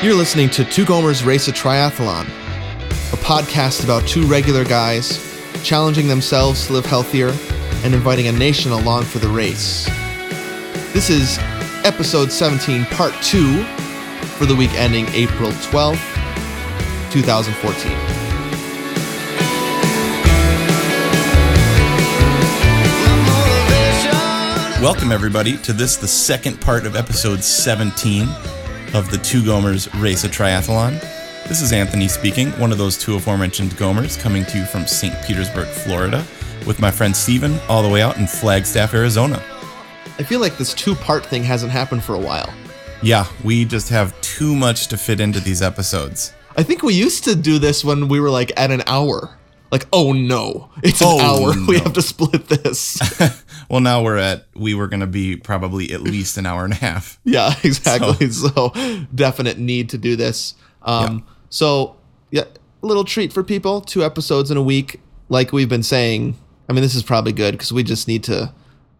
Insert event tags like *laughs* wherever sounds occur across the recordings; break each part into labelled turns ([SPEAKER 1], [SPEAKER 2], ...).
[SPEAKER 1] You're listening to Two Gomers Race a Triathlon, a podcast about two regular guys challenging themselves to live healthier and inviting a nation along for the race. This is episode 17, part two, for the week ending April 12th, 2014.
[SPEAKER 2] Welcome, everybody, to this, the second part of episode 17 of the Two Gomers Race a Triathlon. This is Anthony speaking, one of those two aforementioned Gomers, coming to you from St. Petersburg, Florida, with my friend Steven, all the way out in Flagstaff, Arizona.
[SPEAKER 1] I feel like this two part thing hasn't happened for a while.
[SPEAKER 2] Yeah, we just have too much to fit into these episodes.
[SPEAKER 1] I think we used to do this when we were like at an hour. Like, oh no, it's
[SPEAKER 2] Oh,
[SPEAKER 1] an hour. *laughs* We
[SPEAKER 2] no.
[SPEAKER 1] have to split this.
[SPEAKER 2] Well, now we're at, we were going to be probably at least an hour and a half.
[SPEAKER 1] yeah, *laughs* exactly. So. definite need to do this. Um, So, yeah, a little treat for people. Two episodes in a week, like we've been saying. I mean, this is probably good because we just need to.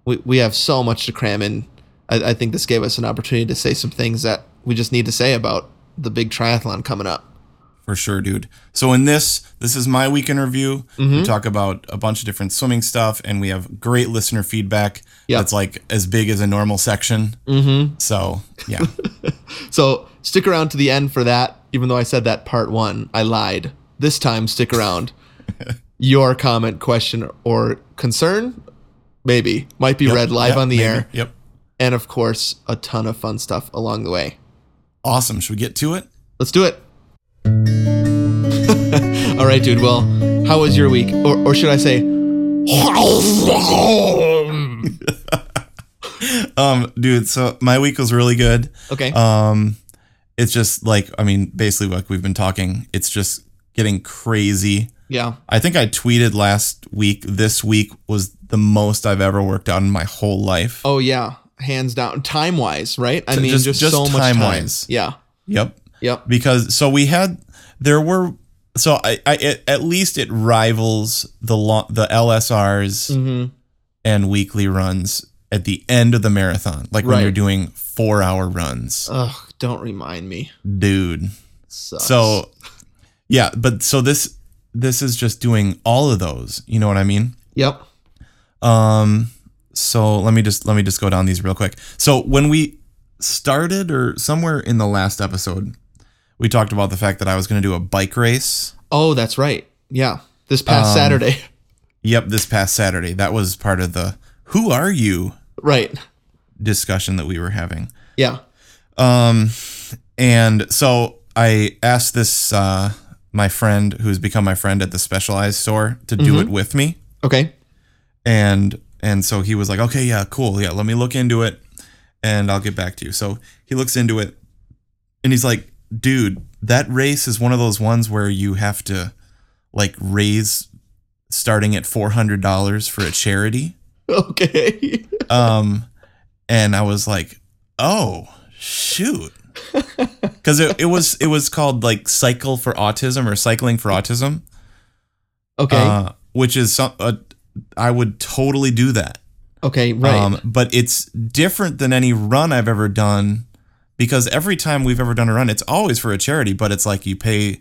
[SPEAKER 1] We we have so much to cram in. I, I think this gave us an opportunity to say some things that we just need to say about the big triathlon coming up.
[SPEAKER 2] For sure, dude. So in this, this is my week in review.
[SPEAKER 1] Mm-hmm.
[SPEAKER 2] We talk about a bunch of different swimming stuff, and we have great listener feedback.
[SPEAKER 1] Yeah. Mm.
[SPEAKER 2] that's like as big as a normal section. Mm-hmm. So
[SPEAKER 1] *laughs*
[SPEAKER 2] yeah,
[SPEAKER 1] So stick around to the end for that. Even though I said that part one, I lied. This time, stick
[SPEAKER 2] *laughs*
[SPEAKER 1] around. Your comment, question, or concern, maybe, might be read live
[SPEAKER 2] Yep,
[SPEAKER 1] on the
[SPEAKER 2] maybe.
[SPEAKER 1] air.
[SPEAKER 2] Yep,
[SPEAKER 1] And of course, a ton of fun stuff along the way.
[SPEAKER 2] awesome. Should we get to it?
[SPEAKER 1] Let's do it. *laughs* All right, dude. Well, how was your week? Or, or should I say, *laughs*
[SPEAKER 2] Um, dude. So my week was really good.
[SPEAKER 1] okay.
[SPEAKER 2] Um, it's just like I mean, basically like we've been talking. It's just getting crazy.
[SPEAKER 1] yeah.
[SPEAKER 2] I think I tweeted last week. This week was the most I've ever worked out in my whole life.
[SPEAKER 1] Oh, yeah. Hands down. Time wise, right? I
[SPEAKER 2] T-
[SPEAKER 1] mean, just,
[SPEAKER 2] just- just
[SPEAKER 1] so much time.
[SPEAKER 2] time-wise.
[SPEAKER 1] Yeah.
[SPEAKER 2] Yep.
[SPEAKER 1] Yep.
[SPEAKER 2] because so we had there were so I, I it, at least it rivals the lo- the LSRs
[SPEAKER 1] Mm-hmm.
[SPEAKER 2] and weekly runs at the end of the marathon, like when
[SPEAKER 1] Right. Uh,
[SPEAKER 2] you're doing four hour runs,
[SPEAKER 1] Ugh, don't remind me.
[SPEAKER 2] dude.
[SPEAKER 1] Sucks.
[SPEAKER 2] So yeah, but so this this is just doing all of those. You know what I mean?
[SPEAKER 1] Yep.
[SPEAKER 2] Um, so let me just let me just go down these real quick. So when we started or somewhere in the last episode, we talked about the fact that I was going to do a bike race.
[SPEAKER 1] Oh, that's right. Yeah. This
[SPEAKER 2] Um,
[SPEAKER 1] past Saturday. *laughs*
[SPEAKER 2] Yep, this past Saturday. That was part of the "Who are you?"
[SPEAKER 1] Right.
[SPEAKER 2] discussion that we were having.
[SPEAKER 1] Yeah.
[SPEAKER 2] Um, and so I asked this uh, my friend who's become my friend at the Specialized store to do it with me,
[SPEAKER 1] Okay. *laughs*
[SPEAKER 2] and and so he was like, "Okay, yeah, cool, yeah, let me look into it, and I'll get back to you." So he looks into it, and he's like, "Dude, that race is one of those ones where you have to like raise." starting at $400 for a charity
[SPEAKER 1] Okay.
[SPEAKER 2] um, and I was like, oh
[SPEAKER 1] *laughs*
[SPEAKER 2] shoot, because it, it was it was called like cycle for autism or cycling for autism,
[SPEAKER 1] okay.
[SPEAKER 2] uh, which is some, uh, I would totally do that. Um,
[SPEAKER 1] okay. Right.
[SPEAKER 2] but it's different than any run I've ever done because every time we've ever done a run, it's always for a charity, but it's like you pay.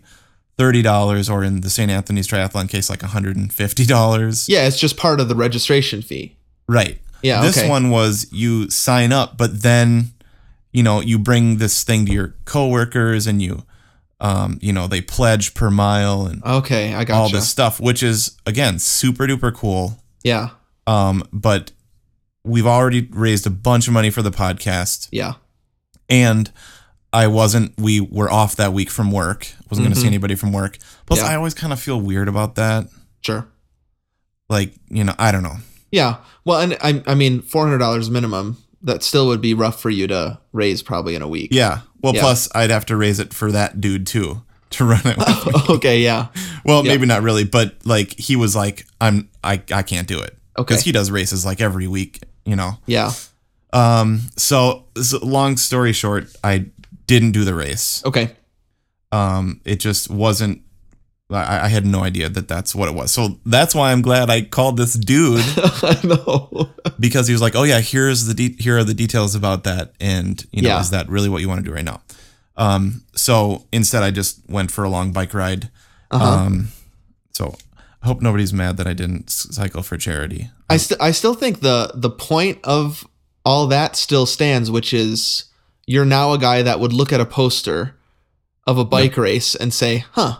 [SPEAKER 2] Thirty dollars, or in the St. Anthony's Triathlon case, like one hundred and fifty dollars.
[SPEAKER 1] yeah, it's just part of the registration fee.
[SPEAKER 2] Right.
[SPEAKER 1] Yeah,
[SPEAKER 2] This
[SPEAKER 1] okay.
[SPEAKER 2] one was you sign up, but then, you know, you bring this thing to your coworkers and you, um, you know, they pledge per mile and
[SPEAKER 1] Okay, I
[SPEAKER 2] all
[SPEAKER 1] Oh, gotcha.
[SPEAKER 2] this stuff, which is again super duper cool.
[SPEAKER 1] Yeah.
[SPEAKER 2] Um, but we've already raised a bunch of money for the podcast,
[SPEAKER 1] Yeah.
[SPEAKER 2] and I wasn't. We were off that week from work. wasn't going to see anybody from work. Plus,
[SPEAKER 1] Mm-hmm. Yeah.
[SPEAKER 2] I always kind of feel weird about that.
[SPEAKER 1] Sure.
[SPEAKER 2] Like, you know, I don't know.
[SPEAKER 1] Yeah. Well, and I, I mean, four hundred dollars minimum. That still would be rough for you to raise probably in a week.
[SPEAKER 2] Yeah. Well,
[SPEAKER 1] Yeah.
[SPEAKER 2] plus I'd have to raise it for that dude too to run
[SPEAKER 1] *laughs*
[SPEAKER 2] it. with me.
[SPEAKER 1] *laughs* okay. Yeah.
[SPEAKER 2] Well, maybe not really, but like he was like, I'm I I can't do it
[SPEAKER 1] Okay.
[SPEAKER 2] he does races like every week, you know.
[SPEAKER 1] Yeah.
[SPEAKER 2] Um, so, so long story short, I didn't do the race.
[SPEAKER 1] Okay. *laughs*
[SPEAKER 2] Um, it just wasn't. I, I had no idea that that's what it was. So that's why I'm glad I called
[SPEAKER 1] *laughs*
[SPEAKER 2] this dude
[SPEAKER 1] I know.
[SPEAKER 2] because he was like, "Oh yeah, here's the de- here are the details about that, and you know,
[SPEAKER 1] Yeah.
[SPEAKER 2] is that really what you want to do right now?" Um, so instead, I just went for a long bike ride.
[SPEAKER 1] Uh-huh.
[SPEAKER 2] Um, so I hope nobody's mad that I didn't s- cycle for charity.
[SPEAKER 1] I still I still think the the point of all that still stands, which is you're now a guy that would look at a poster of a bike race and say, "Huh,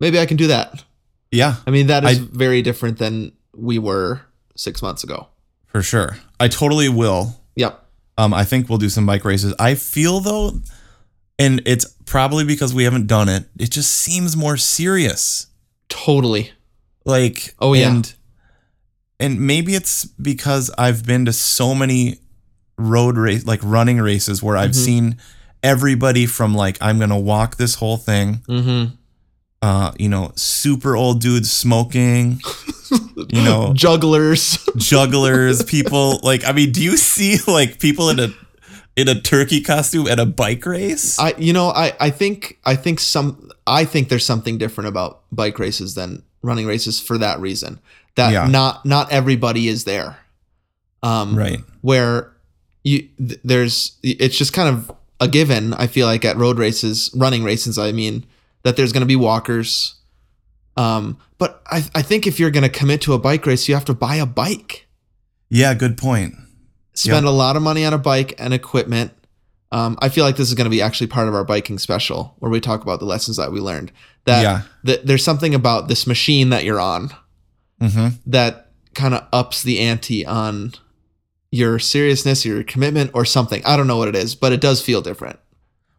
[SPEAKER 1] maybe I can do that."
[SPEAKER 2] Yeah,
[SPEAKER 1] I mean, that is
[SPEAKER 2] I-
[SPEAKER 1] very different than we were six months ago.
[SPEAKER 2] for sure. I totally will.
[SPEAKER 1] Yep.
[SPEAKER 2] Um, I think we'll do some bike races. I feel though, and it's probably because we haven't done it. It just seems more serious.
[SPEAKER 1] Totally.
[SPEAKER 2] Like
[SPEAKER 1] Oh, yeah.
[SPEAKER 2] and, and maybe it's because I've been to so many road race, like running races, where I've
[SPEAKER 1] Mhm.
[SPEAKER 2] seen everybody from like I'm gonna walk this whole thing.
[SPEAKER 1] *gasps* Mm-hmm.
[SPEAKER 2] Uh, you know, super old dudes smoking. you know,
[SPEAKER 1] Jugglers. *laughs*
[SPEAKER 2] jugglers, people like I mean, do you see like people in a in a turkey costume at a bike race?
[SPEAKER 1] I you know I I think I think some I think there's something different about bike races than running races for that reason that
[SPEAKER 2] Yeah.
[SPEAKER 1] not not everybody is there. Um,
[SPEAKER 2] right.
[SPEAKER 1] where you th- there's it's just kind of a given i feel like at road races running races i mean that there's going to be walkers um but i i think if you're going to commit to a bike race you have to buy a bike
[SPEAKER 2] Yeah, good point.
[SPEAKER 1] spend a lot of money on a bike and equipment um, I feel like this is going to be actually part of our biking special where we talk about the lessons that we learned. That,
[SPEAKER 2] Yeah.
[SPEAKER 1] that there's something about this machine that you're on
[SPEAKER 2] hmm
[SPEAKER 1] that kind of ups the ante on your seriousness, your commitment, or something. I don't know what it is, but it does feel different. *laughs*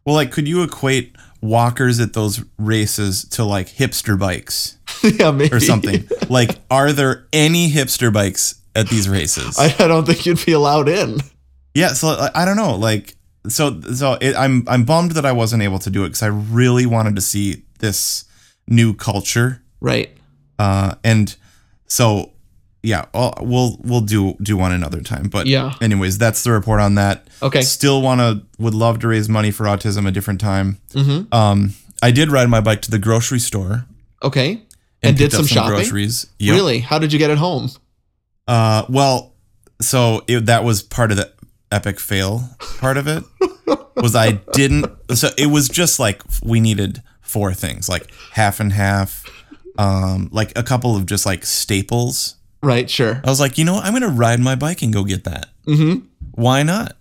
[SPEAKER 2] Well, like, could you equate walkers at those races to like hipster bikes
[SPEAKER 1] yeah, maybe.
[SPEAKER 2] or something?
[SPEAKER 1] *laughs*
[SPEAKER 2] like, are there any hipster bikes at these races?
[SPEAKER 1] I, I don't think you'd be allowed in.
[SPEAKER 2] yeah, so uh, I- I don't know. Like, so so it, I'm I'm bummed that I wasn't able to do it because I really wanted to see this new culture.
[SPEAKER 1] Right.
[SPEAKER 2] uh, and so yeah I'll, we'll we'll do do one another time but
[SPEAKER 1] Yeah.
[SPEAKER 2] anyways that's the report on that
[SPEAKER 1] Okay.
[SPEAKER 2] still want to would love to raise money for autism a different time
[SPEAKER 1] Mm-hmm.
[SPEAKER 2] um i did ride my bike to the grocery store
[SPEAKER 1] Okay. And did
[SPEAKER 2] picked up
[SPEAKER 1] some shopping?
[SPEAKER 2] groceries Yep.
[SPEAKER 1] Really? How did you get it home?
[SPEAKER 2] uh well so it, that was part of the epic fail part of it was i didn't so it was just like we needed four things like half and half um like a couple of just like staples
[SPEAKER 1] Right. Sure.
[SPEAKER 2] I was like, you know what? I'm going to ride my bike and go get that.
[SPEAKER 1] Mm-hmm. *laughs*
[SPEAKER 2] Why not?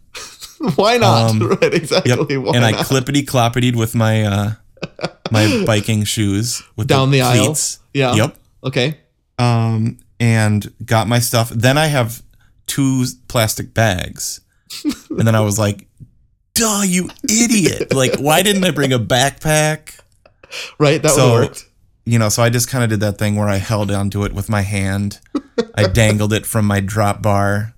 [SPEAKER 1] Why not?
[SPEAKER 2] Um,
[SPEAKER 1] *laughs* right.
[SPEAKER 2] Yep.
[SPEAKER 1] Exactly. Why
[SPEAKER 2] and I
[SPEAKER 1] not?
[SPEAKER 2] clippity cloppityed with my uh, my biking shoes with
[SPEAKER 1] Down the aisle.
[SPEAKER 2] cleats.
[SPEAKER 1] yeah.
[SPEAKER 2] Yep.
[SPEAKER 1] Okay.
[SPEAKER 2] Um, and got my stuff. Then I have two plastic bags, and then I was like, "Duh, you idiot! Like, why didn't I bring a backpack?"
[SPEAKER 1] Right. That
[SPEAKER 2] So-
[SPEAKER 1] would work.
[SPEAKER 2] You know, so I just kind of did that thing where I held onto it with my hand. I dangled it from my drop bar.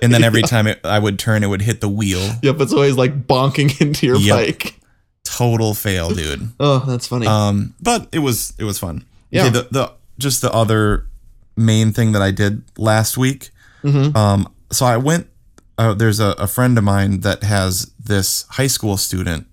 [SPEAKER 2] And then every time it, I would turn, it would hit the wheel.
[SPEAKER 1] Yep. It's always like bonking *laughs* into your
[SPEAKER 2] Yep.
[SPEAKER 1] bike.
[SPEAKER 2] total fail, dude.
[SPEAKER 1] Oh, that's funny.
[SPEAKER 2] Um, but it was it was fun.
[SPEAKER 1] Yeah.
[SPEAKER 2] Okay, the, the just the other main thing that I did last week.
[SPEAKER 1] Mhm.
[SPEAKER 2] Um, so I went. Uh, there's a, a friend of mine that has this high school student.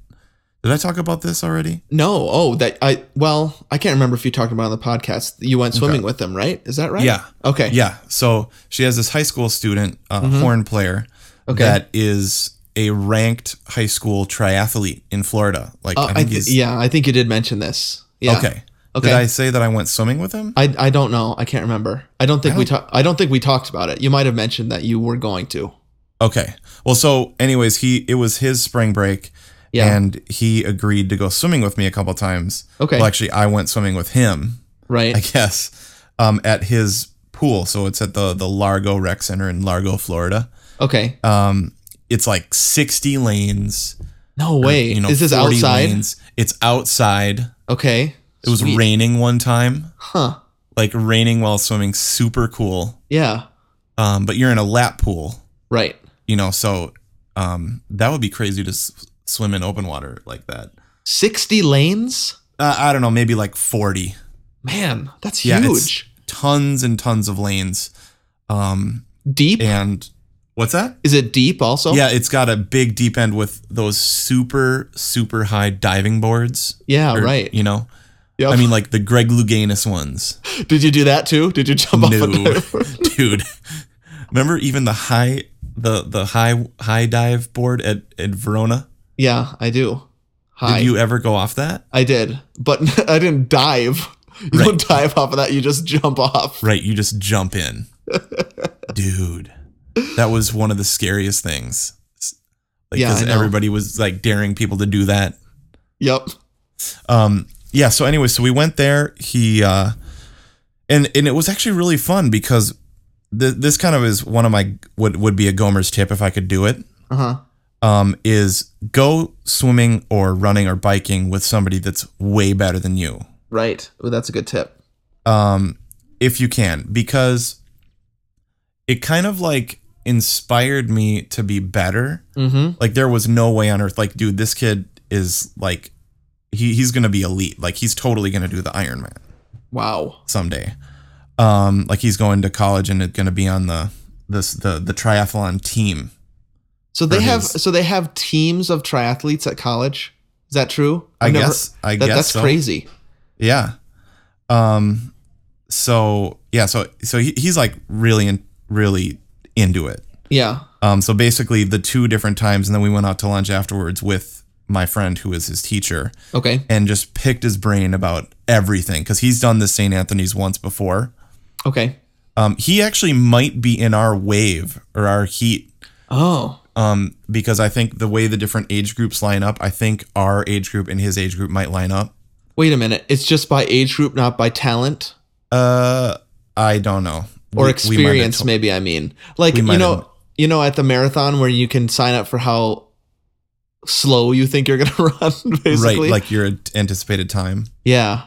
[SPEAKER 2] Did I talk about this already?
[SPEAKER 1] no. Oh, that I. Well, I can't remember if you talked about it on the podcast. You went swimming with them, right? Is that right?
[SPEAKER 2] Yeah.
[SPEAKER 1] Okay.
[SPEAKER 2] Yeah. So she has this high school student, uh, horn player,
[SPEAKER 1] Mm-hmm. Okay.
[SPEAKER 2] that is a ranked high school triathlete in Florida. Like
[SPEAKER 1] Uh, I th-
[SPEAKER 2] he's
[SPEAKER 1] yeah, I think you did mention this. Yeah.
[SPEAKER 2] okay.
[SPEAKER 1] Okay. Uh,
[SPEAKER 2] Did I say that I went swimming with him?
[SPEAKER 1] I, I don't know. I can't remember. I don't think we talked. I don't think we talked about it. You might have mentioned that you were going to.
[SPEAKER 2] Okay. Well, so anyways, he it was his spring break,
[SPEAKER 1] Yeah.
[SPEAKER 2] and he agreed to go swimming with me a couple times.
[SPEAKER 1] Okay.
[SPEAKER 2] Well, actually, I went swimming with him,
[SPEAKER 1] right.
[SPEAKER 2] I guess, um, at his pool. So it's at the the Largo Rec Center in Largo, Florida.
[SPEAKER 1] okay.
[SPEAKER 2] Um, it's like sixty lanes.
[SPEAKER 1] no way.
[SPEAKER 2] uh, You know,
[SPEAKER 1] Is this
[SPEAKER 2] 40
[SPEAKER 1] outside?
[SPEAKER 2] lanes. It's outside.
[SPEAKER 1] Okay.
[SPEAKER 2] It was
[SPEAKER 1] Sweet.
[SPEAKER 2] raining one time,
[SPEAKER 1] Huh.
[SPEAKER 2] like raining while swimming. Super cool.
[SPEAKER 1] Yeah.
[SPEAKER 2] Um, but you're in a lap pool.
[SPEAKER 1] Right.
[SPEAKER 2] you know so um that would be crazy to s- swim in open water like that
[SPEAKER 1] Sixty lanes.
[SPEAKER 2] uh, i don't know maybe like 40
[SPEAKER 1] Man, that's
[SPEAKER 2] Yeah, it's-
[SPEAKER 1] huge.
[SPEAKER 2] tons and tons of lanes um
[SPEAKER 1] Deep.
[SPEAKER 2] and what's that
[SPEAKER 1] Is it deep also?
[SPEAKER 2] yeah it's got a big deep end with those super super high diving boards
[SPEAKER 1] Yeah.
[SPEAKER 2] Or,
[SPEAKER 1] right.
[SPEAKER 2] you know
[SPEAKER 1] Yep.
[SPEAKER 2] i mean like the greg louganis ones *laughs*
[SPEAKER 1] did you do that too? Did you jump off? a
[SPEAKER 2] no
[SPEAKER 1] dive?
[SPEAKER 2] *laughs* dude remember even the high the the high high dive board at at verona
[SPEAKER 1] yeah, I do. high.
[SPEAKER 2] Did you ever go off that?
[SPEAKER 1] I did, but *laughs* I didn't dive. You don't dive off of that. You just jump off.
[SPEAKER 2] Right, you just jump in.
[SPEAKER 1] *laughs*
[SPEAKER 2] Dude, that was one of the scariest things. Like,
[SPEAKER 1] Yeah,
[SPEAKER 2] because
[SPEAKER 1] I know.
[SPEAKER 2] everybody was like daring people to do that.
[SPEAKER 1] Yep.
[SPEAKER 2] Um, yeah. So anyway, so we went there. He uh, and and it was actually really fun because th- this kind of is one of my would would be a Gomer's tip if I could do it.
[SPEAKER 1] Uh huh.
[SPEAKER 2] Um, is go swimming or running or biking with somebody that's way better than you.
[SPEAKER 1] Right. Ooh, that's a good tip.
[SPEAKER 2] um, if you can, because it kind of like inspired me to be better.
[SPEAKER 1] Mm-hmm.
[SPEAKER 2] Like there was no way on earth, like, dude, this kid is like, he he's gonna be elite. Like he's totally gonna do the Iron Man
[SPEAKER 1] Wow.
[SPEAKER 2] someday. Um, like he's going to college and it's gonna be on the this the the triathlon team.
[SPEAKER 1] So they
[SPEAKER 2] Or
[SPEAKER 1] have
[SPEAKER 2] his-
[SPEAKER 1] so they have teams of triathletes at college. Is that true?
[SPEAKER 2] I
[SPEAKER 1] I've never-
[SPEAKER 2] guess. I
[SPEAKER 1] that,
[SPEAKER 2] guess
[SPEAKER 1] that's
[SPEAKER 2] so.
[SPEAKER 1] crazy.
[SPEAKER 2] Yeah. Um. So yeah. So so he, he's like really in, really into it.
[SPEAKER 1] Yeah.
[SPEAKER 2] Um, so basically, the two different times, and then we went out to lunch afterwards with my friend who is his teacher,
[SPEAKER 1] Okay.
[SPEAKER 2] and just picked his brain about everything because he's done the St. Anthony's once before.
[SPEAKER 1] Okay.
[SPEAKER 2] Um, he actually might be in our wave or our heat
[SPEAKER 1] Oh.
[SPEAKER 2] um, because I think the way the different age groups line up, I think our age group and his age group might line up.
[SPEAKER 1] Wait a minute. It's just by age group, not by talent
[SPEAKER 2] Uh, I don't know.
[SPEAKER 1] or
[SPEAKER 2] We- we might have
[SPEAKER 1] experience.
[SPEAKER 2] to-
[SPEAKER 1] maybe I mean, like you
[SPEAKER 2] might have
[SPEAKER 1] know,
[SPEAKER 2] to-
[SPEAKER 1] you know, at the marathon where you can sign up for how slow you think you're gonna *laughs* run,
[SPEAKER 2] right,
[SPEAKER 1] basically.
[SPEAKER 2] like your anticipated time.
[SPEAKER 1] yeah.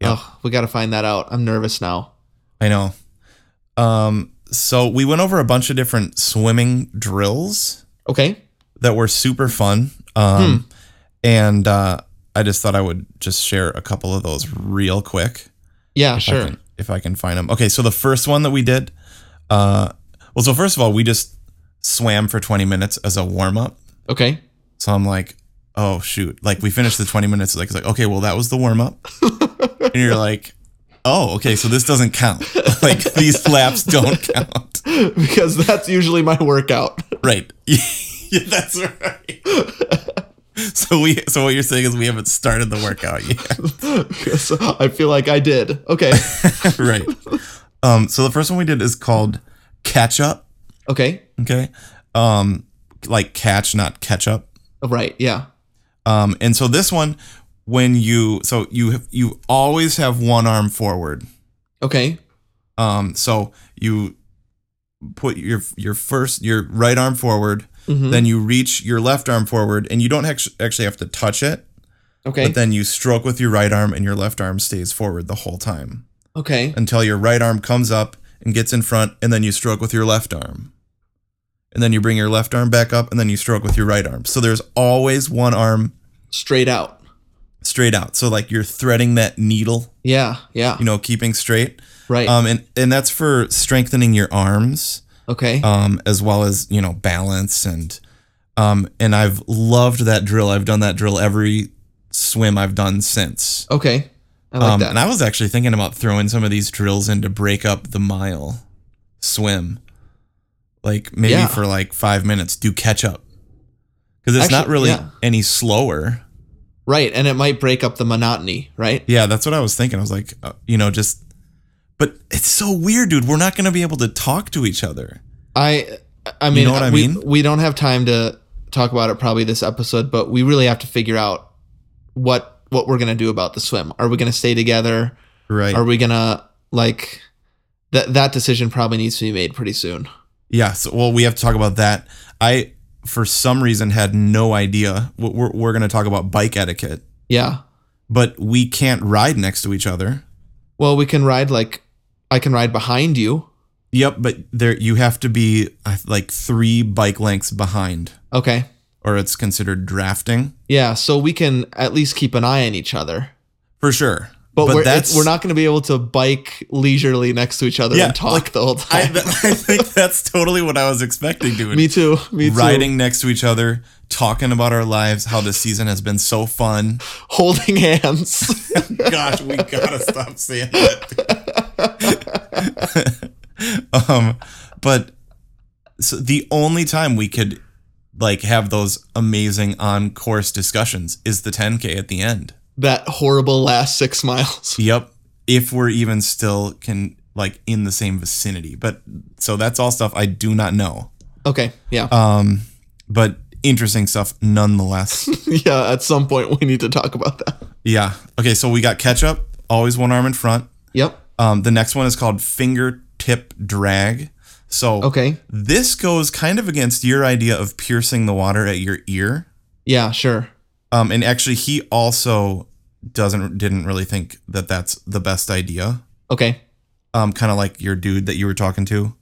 [SPEAKER 2] Yeah.
[SPEAKER 1] Ugh, we got to find that out. I'm nervous now.
[SPEAKER 2] I know. Um, so we went over a bunch of different swimming drills
[SPEAKER 1] Okay.
[SPEAKER 2] that were super fun. Um,
[SPEAKER 1] Hmm.
[SPEAKER 2] and uh, I just thought I would just share a couple of those real quick.
[SPEAKER 1] Yeah.
[SPEAKER 2] if I
[SPEAKER 1] sure.
[SPEAKER 2] can- if I can find them. Okay, so the first one that we did, uh, well, so first of all, we just swam for 20 minutes as a warm up.
[SPEAKER 1] Okay. *laughs*
[SPEAKER 2] So I'm like, oh shoot! Like we finished the 20 minutes. Like it's like okay, well that was the warm up, and you're like, oh okay, so this doesn't count. *laughs* like these laps don't count.
[SPEAKER 1] because that's usually my workout. *laughs*
[SPEAKER 2] Right. *laughs* yeah, that's right. so we so what you're saying is we haven't started the workout yet. *laughs*
[SPEAKER 1] because I feel like I did. Okay.
[SPEAKER 2] right. Um so the first one we did is called catch up,
[SPEAKER 1] Okay.
[SPEAKER 2] okay? Um like catch not catch up.
[SPEAKER 1] Oh, Right. Yeah.
[SPEAKER 2] Um and so this one when you so you have, you always have one arm forward.
[SPEAKER 1] Okay.
[SPEAKER 2] Um so you put your your first your right arm forward,
[SPEAKER 1] Mhm.
[SPEAKER 2] then you reach your left arm forward and you don't actu- actually have to touch it.
[SPEAKER 1] Okay.
[SPEAKER 2] But then you stroke with your right arm and your left arm stays forward the whole time
[SPEAKER 1] okay.
[SPEAKER 2] until your right arm comes up and gets in front and then you stroke with your left arm. And then you bring your left arm back up and then you stroke with your right arm. So there's always one arm
[SPEAKER 1] Straight out.
[SPEAKER 2] straight out. So like you're threading that needle,
[SPEAKER 1] Yeah. Yeah.
[SPEAKER 2] you know, keeping straight.
[SPEAKER 1] Right.
[SPEAKER 2] Um and and that's for strengthening your arms
[SPEAKER 1] okay.
[SPEAKER 2] um as well as, you know, balance and um and I've loved that drill. I've done that drill every swim I've done since.
[SPEAKER 1] okay. I like
[SPEAKER 2] um,
[SPEAKER 1] that.
[SPEAKER 2] And I was actually thinking about throwing some of these drills in to break up the mile swim. Like maybe
[SPEAKER 1] Yeah.
[SPEAKER 2] for like five minutes, do catch up. Because it's not
[SPEAKER 1] Actually,
[SPEAKER 2] really
[SPEAKER 1] yeah.
[SPEAKER 2] any slower.
[SPEAKER 1] right. And it might break up the monotony. Right.
[SPEAKER 2] Yeah, that's what I was thinking. I was like, uh, you know, just. But it's so weird, dude. We're not going to be able to talk to each other.
[SPEAKER 1] I. I mean,
[SPEAKER 2] know what I
[SPEAKER 1] we,
[SPEAKER 2] mean?
[SPEAKER 1] we don't have time to talk about it probably this episode, but we really have to figure out what what we're gonna do about the swim. Are we gonna stay together?
[SPEAKER 2] Right.
[SPEAKER 1] Are we gonna like that? That decision probably needs to be made pretty soon.
[SPEAKER 2] yeah. So, well, we have to talk about that. I, for some reason, had no idea. We're, we're, we're going to talk about bike etiquette,
[SPEAKER 1] Yeah.
[SPEAKER 2] but we can't ride next to each other.
[SPEAKER 1] Well, we can ride like I can ride behind you.
[SPEAKER 2] Yep, but there you have to be I th- like three bike lengths behind,
[SPEAKER 1] Okay.
[SPEAKER 2] or it's considered drafting
[SPEAKER 1] Yeah, so we can at least keep an eye on each other.
[SPEAKER 2] for sure.
[SPEAKER 1] But, we're, it's we're not going to be able to bike leisurely next to each other
[SPEAKER 2] Yeah,
[SPEAKER 1] and talk
[SPEAKER 2] like,
[SPEAKER 1] the whole
[SPEAKER 2] *laughs* I,
[SPEAKER 1] time. *laughs*
[SPEAKER 2] th- I think that's totally what I was expecting, dude.
[SPEAKER 1] me too. Me too.
[SPEAKER 2] Riding next to each other, talking about our lives, how this season has been
[SPEAKER 1] *laughs*
[SPEAKER 2] so fun.
[SPEAKER 1] holding hands. *laughs*
[SPEAKER 2] Gosh, we gotta stop saying that. *laughs* um, but so the only time we could like have those amazing on course discussions is the 10K at the end.
[SPEAKER 1] That horrible last six miles.
[SPEAKER 2] Yep. If we're even still can like in the same vicinity. But so that's all stuff I do not know.
[SPEAKER 1] Okay. Yeah.
[SPEAKER 2] Um, but interesting stuff nonetheless.
[SPEAKER 1] *laughs* yeah. At some point, we need to talk about that.
[SPEAKER 2] yeah. Okay. So we got ketchup, always one arm in front.
[SPEAKER 1] Yep.
[SPEAKER 2] Um, the next one is called fingertip drag. So
[SPEAKER 1] Okay.
[SPEAKER 2] this goes kind of against your idea of piercing the water at your ear.
[SPEAKER 1] Yeah. Sure.
[SPEAKER 2] Um, and actually, he also doesn't didn't really think that that's the best idea.
[SPEAKER 1] Okay.
[SPEAKER 2] Um, kind of like your dude that you were talking to,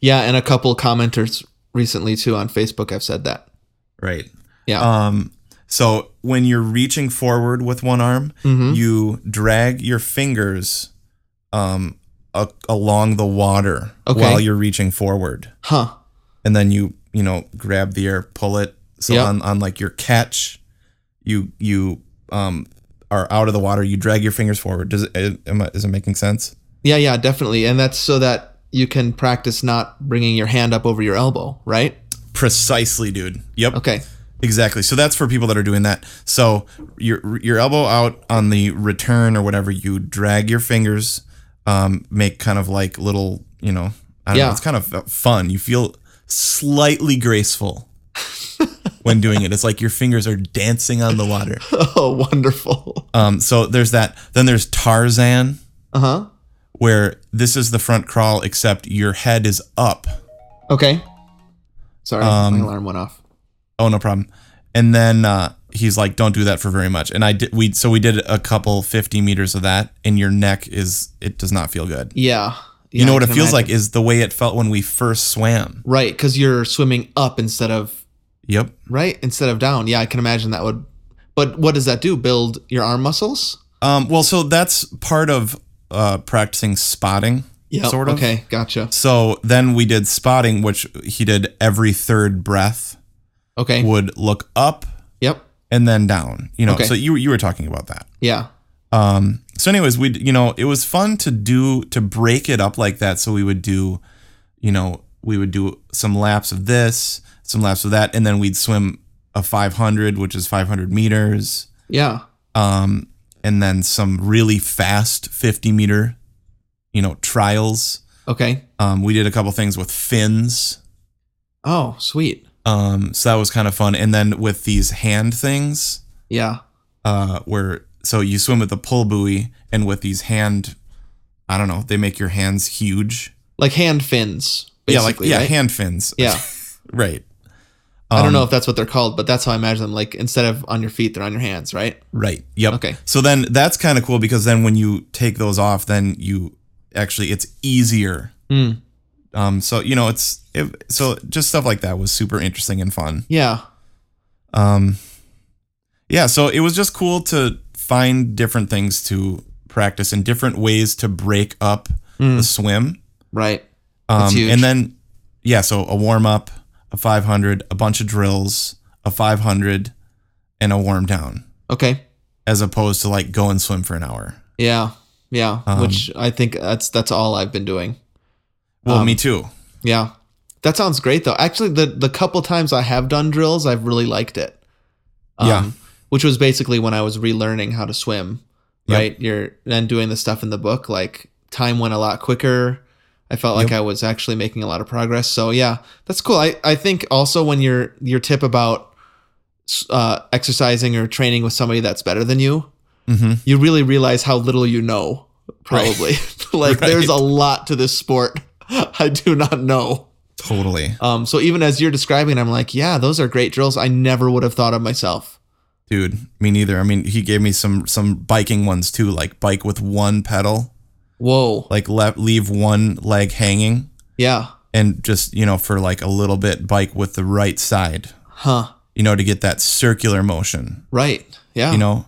[SPEAKER 1] Yeah. And a couple commenters recently, too, on Facebook have said that.
[SPEAKER 2] right?
[SPEAKER 1] Yeah.
[SPEAKER 2] Um, so when you're reaching forward with one arm,
[SPEAKER 1] hmm
[SPEAKER 2] you drag your fingers, um, a- along the water
[SPEAKER 1] Okay.
[SPEAKER 2] while you're reaching forward,
[SPEAKER 1] Huh.
[SPEAKER 2] and then you you know grab the air, pull it. So
[SPEAKER 1] Yep.
[SPEAKER 2] on on like your catch, you you um are out of the water. You drag your fingers forward. Does it, am I, is it making sense?
[SPEAKER 1] Yeah. Yeah. Definitely. And that's so that you can practice not bringing your hand up over your elbow, right?
[SPEAKER 2] Precisely, dude. Yep.
[SPEAKER 1] Okay. *laughs*
[SPEAKER 2] Exactly. So that's for people that are doing that. So your your elbow out on the return or whatever, you drag your fingers, um, make kind of like little, you know, I don't
[SPEAKER 1] Yeah.
[SPEAKER 2] know, it's kind of fun. You feel slightly graceful when doing it. It's like your fingers are dancing on the water.
[SPEAKER 1] Oh, wonderful.
[SPEAKER 2] Um, so there's that. Then there's Tarzan,
[SPEAKER 1] Uh huh.
[SPEAKER 2] where this is the front crawl, except your head is up.
[SPEAKER 1] Okay. Sorry.
[SPEAKER 2] Um,
[SPEAKER 1] my alarm went off.
[SPEAKER 2] Oh, no problem. And then uh, he's like, "Don't do that for very much." And I did. We so we did a couple fifty meters of that, and your neck is it does not feel good.
[SPEAKER 1] Yeah.
[SPEAKER 2] you know what it feels like is the way it felt when we first swam.
[SPEAKER 1] Right. Because you're swimming up instead of
[SPEAKER 2] Yep.
[SPEAKER 1] right instead of down. Yeah, I can imagine that would. But what does that do? Build your arm muscles?
[SPEAKER 2] Um. Well, so that's part of uh practicing spotting.
[SPEAKER 1] Yeah.
[SPEAKER 2] Sort of.
[SPEAKER 1] Okay. Gotcha.
[SPEAKER 2] So then we did spotting, which he did every third breath
[SPEAKER 1] Okay.
[SPEAKER 2] would look up
[SPEAKER 1] Yep.
[SPEAKER 2] and then down. You know.
[SPEAKER 1] Okay.
[SPEAKER 2] So you you were talking about that.
[SPEAKER 1] Yeah.
[SPEAKER 2] Um, so anyways, we you know it was fun to do to break it up like that. So we would do, you know, we would do some laps of this, some laps of that, and then we'd swim a 500, which is 500 meters,
[SPEAKER 1] Yeah.
[SPEAKER 2] um, and then some really fast 50 meter, you know, trials.
[SPEAKER 1] Okay.
[SPEAKER 2] Um, we did a couple things with fins,
[SPEAKER 1] Oh, sweet.
[SPEAKER 2] um, so that was kind of fun. And then with these hand things,
[SPEAKER 1] Yeah.
[SPEAKER 2] uh, where so you swim with a pull buoy and with these hand, I don't know, they make your hands huge.
[SPEAKER 1] Like hand fins. Basically,
[SPEAKER 2] yeah, like yeah,
[SPEAKER 1] right?
[SPEAKER 2] hand fins.
[SPEAKER 1] yeah.
[SPEAKER 2] right.
[SPEAKER 1] I don't
[SPEAKER 2] Um,
[SPEAKER 1] know if that's what they're called, but that's how I imagine them. Like instead of on your feet, they're on your hands, right?
[SPEAKER 2] Right. Yep.
[SPEAKER 1] Okay.
[SPEAKER 2] So then that's kind of cool because then when you take those off, then you actually it's easier.
[SPEAKER 1] Hmm.
[SPEAKER 2] Um. So you know it's it, so just stuff like that was super interesting and fun.
[SPEAKER 1] Yeah.
[SPEAKER 2] Um. Yeah. So it was just cool to find different things to practice and different ways to break up
[SPEAKER 1] Mm.
[SPEAKER 2] the swim.
[SPEAKER 1] Right.
[SPEAKER 2] Um,
[SPEAKER 1] That's huge.
[SPEAKER 2] and then, yeah, so a warm up, a 500, a bunch of drills, a 500, and a warm down,
[SPEAKER 1] Okay.
[SPEAKER 2] as opposed to like go and swim for an hour.
[SPEAKER 1] Yeah. Yeah.
[SPEAKER 2] Um,
[SPEAKER 1] Which I think that's that's all I've been doing.
[SPEAKER 2] Well,
[SPEAKER 1] Um,
[SPEAKER 2] me too.
[SPEAKER 1] Yeah. That sounds great though. Actually, the the couple times I have done drills, I've really liked it. Um,
[SPEAKER 2] Yeah.
[SPEAKER 1] Which was basically when I was relearning how to swim,
[SPEAKER 2] Yep.
[SPEAKER 1] right? You're and doing the stuff in the book. Like time went a lot quicker. I felt like I was actually making a lot of progress. So yeah, that's cool. I I think also when your your tip about uh, exercising or training with somebody that's better than you,
[SPEAKER 2] hmm
[SPEAKER 1] you really realize how little you know. Probably *laughs*
[SPEAKER 2] *laughs*
[SPEAKER 1] like
[SPEAKER 2] Right.
[SPEAKER 1] there's a lot to this sport *laughs* I do not know.
[SPEAKER 2] Totally.
[SPEAKER 1] Um, so even as you're describing, I'm like, yeah, those are great drills. I never would have thought of myself.
[SPEAKER 2] Dude, me neither. I mean, he gave me some some biking ones too, like bike with one pedal,
[SPEAKER 1] Whoa.
[SPEAKER 2] like le- leave one leg hanging
[SPEAKER 1] Yeah.
[SPEAKER 2] and just, you know, for like a little bit bike with the right side,
[SPEAKER 1] Huh.
[SPEAKER 2] you know, to get that circular motion,
[SPEAKER 1] Right. Yeah.
[SPEAKER 2] you know?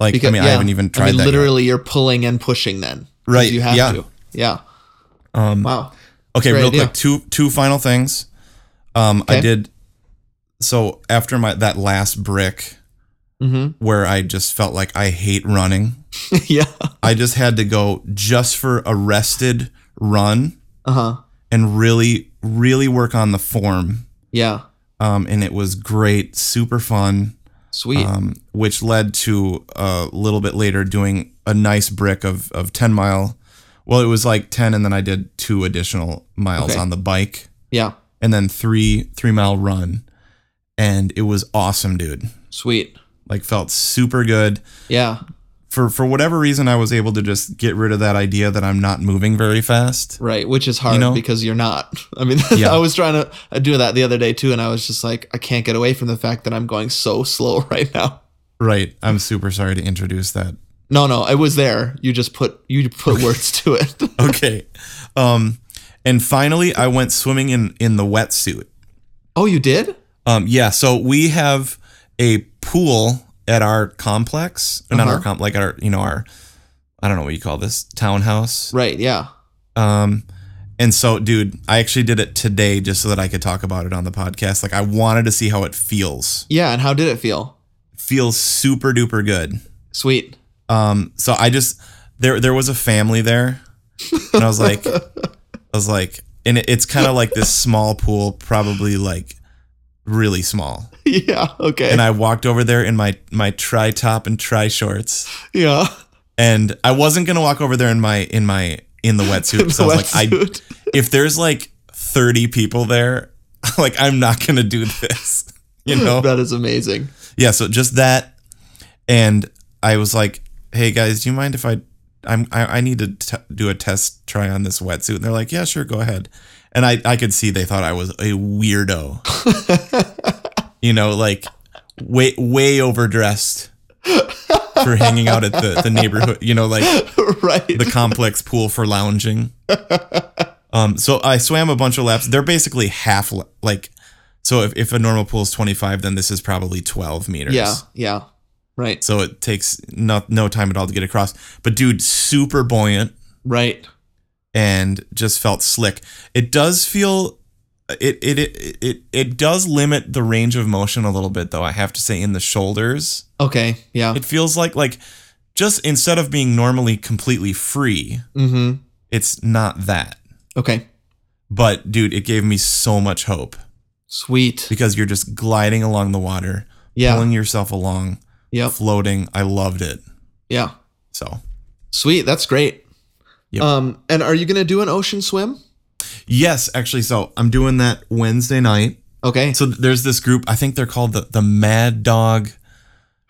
[SPEAKER 2] Like, I mean, I
[SPEAKER 1] Oh. yeah.
[SPEAKER 2] haven't even tried that. yet.
[SPEAKER 1] literally, you're pulling and pushing then. 'Cause
[SPEAKER 2] Right,
[SPEAKER 1] You have
[SPEAKER 2] yeah.
[SPEAKER 1] to. Yeah.
[SPEAKER 2] Um,
[SPEAKER 1] Wow.
[SPEAKER 2] Okay,
[SPEAKER 1] Great
[SPEAKER 2] real
[SPEAKER 1] idea.
[SPEAKER 2] quick, two two final things. Um, I
[SPEAKER 1] Okay.
[SPEAKER 2] did so after my that last brick
[SPEAKER 1] hmm
[SPEAKER 2] where I just felt like I hate running.
[SPEAKER 1] *laughs* yeah.
[SPEAKER 2] I just had to go just for a rested run
[SPEAKER 1] Uh huh.
[SPEAKER 2] and really really work on the form
[SPEAKER 1] Yeah.
[SPEAKER 2] um, and it was great, super fun.
[SPEAKER 1] Sweet.
[SPEAKER 2] um, which led to a little bit later doing a nice brick of, of 10 mile. Well, it was like 10, and then I did two additional miles
[SPEAKER 1] Okay.
[SPEAKER 2] on the bike
[SPEAKER 1] yeah.
[SPEAKER 2] and then three, three mile run. And it was awesome, dude.
[SPEAKER 1] Sweet.
[SPEAKER 2] Like, felt super good.
[SPEAKER 1] Yeah.
[SPEAKER 2] For, for whatever reason, I was able to just get rid of that idea that I'm not moving very fast.
[SPEAKER 1] Right. Which is hard
[SPEAKER 2] You know?
[SPEAKER 1] because you're not. *laughs* I mean,
[SPEAKER 2] Yeah.
[SPEAKER 1] I was trying to uh, do that the other day too, and I was just like, I can't get away from the fact that I'm going so slow *laughs* right now.
[SPEAKER 2] Right. I'm super sorry to introduce that *laughs*
[SPEAKER 1] No, no, it was there. You just put you *laughs* put words to it. *laughs*
[SPEAKER 2] okay. Um, and finally, I went swimming in in the wetsuit.
[SPEAKER 1] oh, you did?
[SPEAKER 2] Um, yeah. So we have a pool at our complex, or not our
[SPEAKER 1] Uh-huh.
[SPEAKER 2] comp, like our you know our, I don't know what you call this townhouse.
[SPEAKER 1] Right. Yeah.
[SPEAKER 2] Um, and so, dude, I actually did it today just so that I could talk about it on the podcast. Like, I wanted to see how it feels.
[SPEAKER 1] Yeah. And how did it feel?
[SPEAKER 2] feels super duper good.
[SPEAKER 1] Sweet. *laughs*
[SPEAKER 2] Um, so I just there there was a family there, and I was *laughs* like, I was like, and it, it's kind of like this small pool, probably like really small.
[SPEAKER 1] yeah. Okay.
[SPEAKER 2] And I walked over there in my my tri top and tri shorts,
[SPEAKER 1] yeah.
[SPEAKER 2] and I wasn't gonna walk over there in my in my *laughs* in the
[SPEAKER 1] *laughs*
[SPEAKER 2] wetsuit. so I was like, I
[SPEAKER 1] Wetsuit.
[SPEAKER 2] if there's like thirty people there, *laughs* like I'm not gonna do this, *laughs* *laughs* you know.
[SPEAKER 1] that is amazing. *laughs*
[SPEAKER 2] yeah so just that and i was like hey guys do you mind if i i'm i, I need to t- do a test try on this wetsuit and they're like yeah sure go ahead and i i could see they thought i was a weirdo you know like way way overdressed for hanging out at the, the neighborhood you know like
[SPEAKER 1] right.
[SPEAKER 2] the complex pool for lounging um so i swam a bunch of laps they're basically half la- like so if, if a normal pool is 25 then this is probably 12 meters
[SPEAKER 1] yeah. Yeah. Right.
[SPEAKER 2] so it takes not no time at all to get across. But dude, super buoyant
[SPEAKER 1] Right.
[SPEAKER 2] and just felt slick. It does feel it it it it, it does limit the range of motion a little bit though. I have to say in the shoulders.
[SPEAKER 1] Okay. Yeah.
[SPEAKER 2] It feels like like just instead of being normally completely free,
[SPEAKER 1] Mm-hmm.
[SPEAKER 2] it's not that.
[SPEAKER 1] Okay.
[SPEAKER 2] But dude, it gave me so much hope
[SPEAKER 1] Sweet.
[SPEAKER 2] because you're just gliding along the water,
[SPEAKER 1] Yeah.
[SPEAKER 2] pulling yourself along,
[SPEAKER 1] Yep.
[SPEAKER 2] floating. I loved it.
[SPEAKER 1] Yeah.
[SPEAKER 2] So
[SPEAKER 1] Sweet. That's great.
[SPEAKER 2] Yep.
[SPEAKER 1] Um. And are you gonna do an ocean swim?
[SPEAKER 2] Yes, actually. So I'm doing that Wednesday night.
[SPEAKER 1] Okay.
[SPEAKER 2] So there's this group. I think they're called the the Mad Dog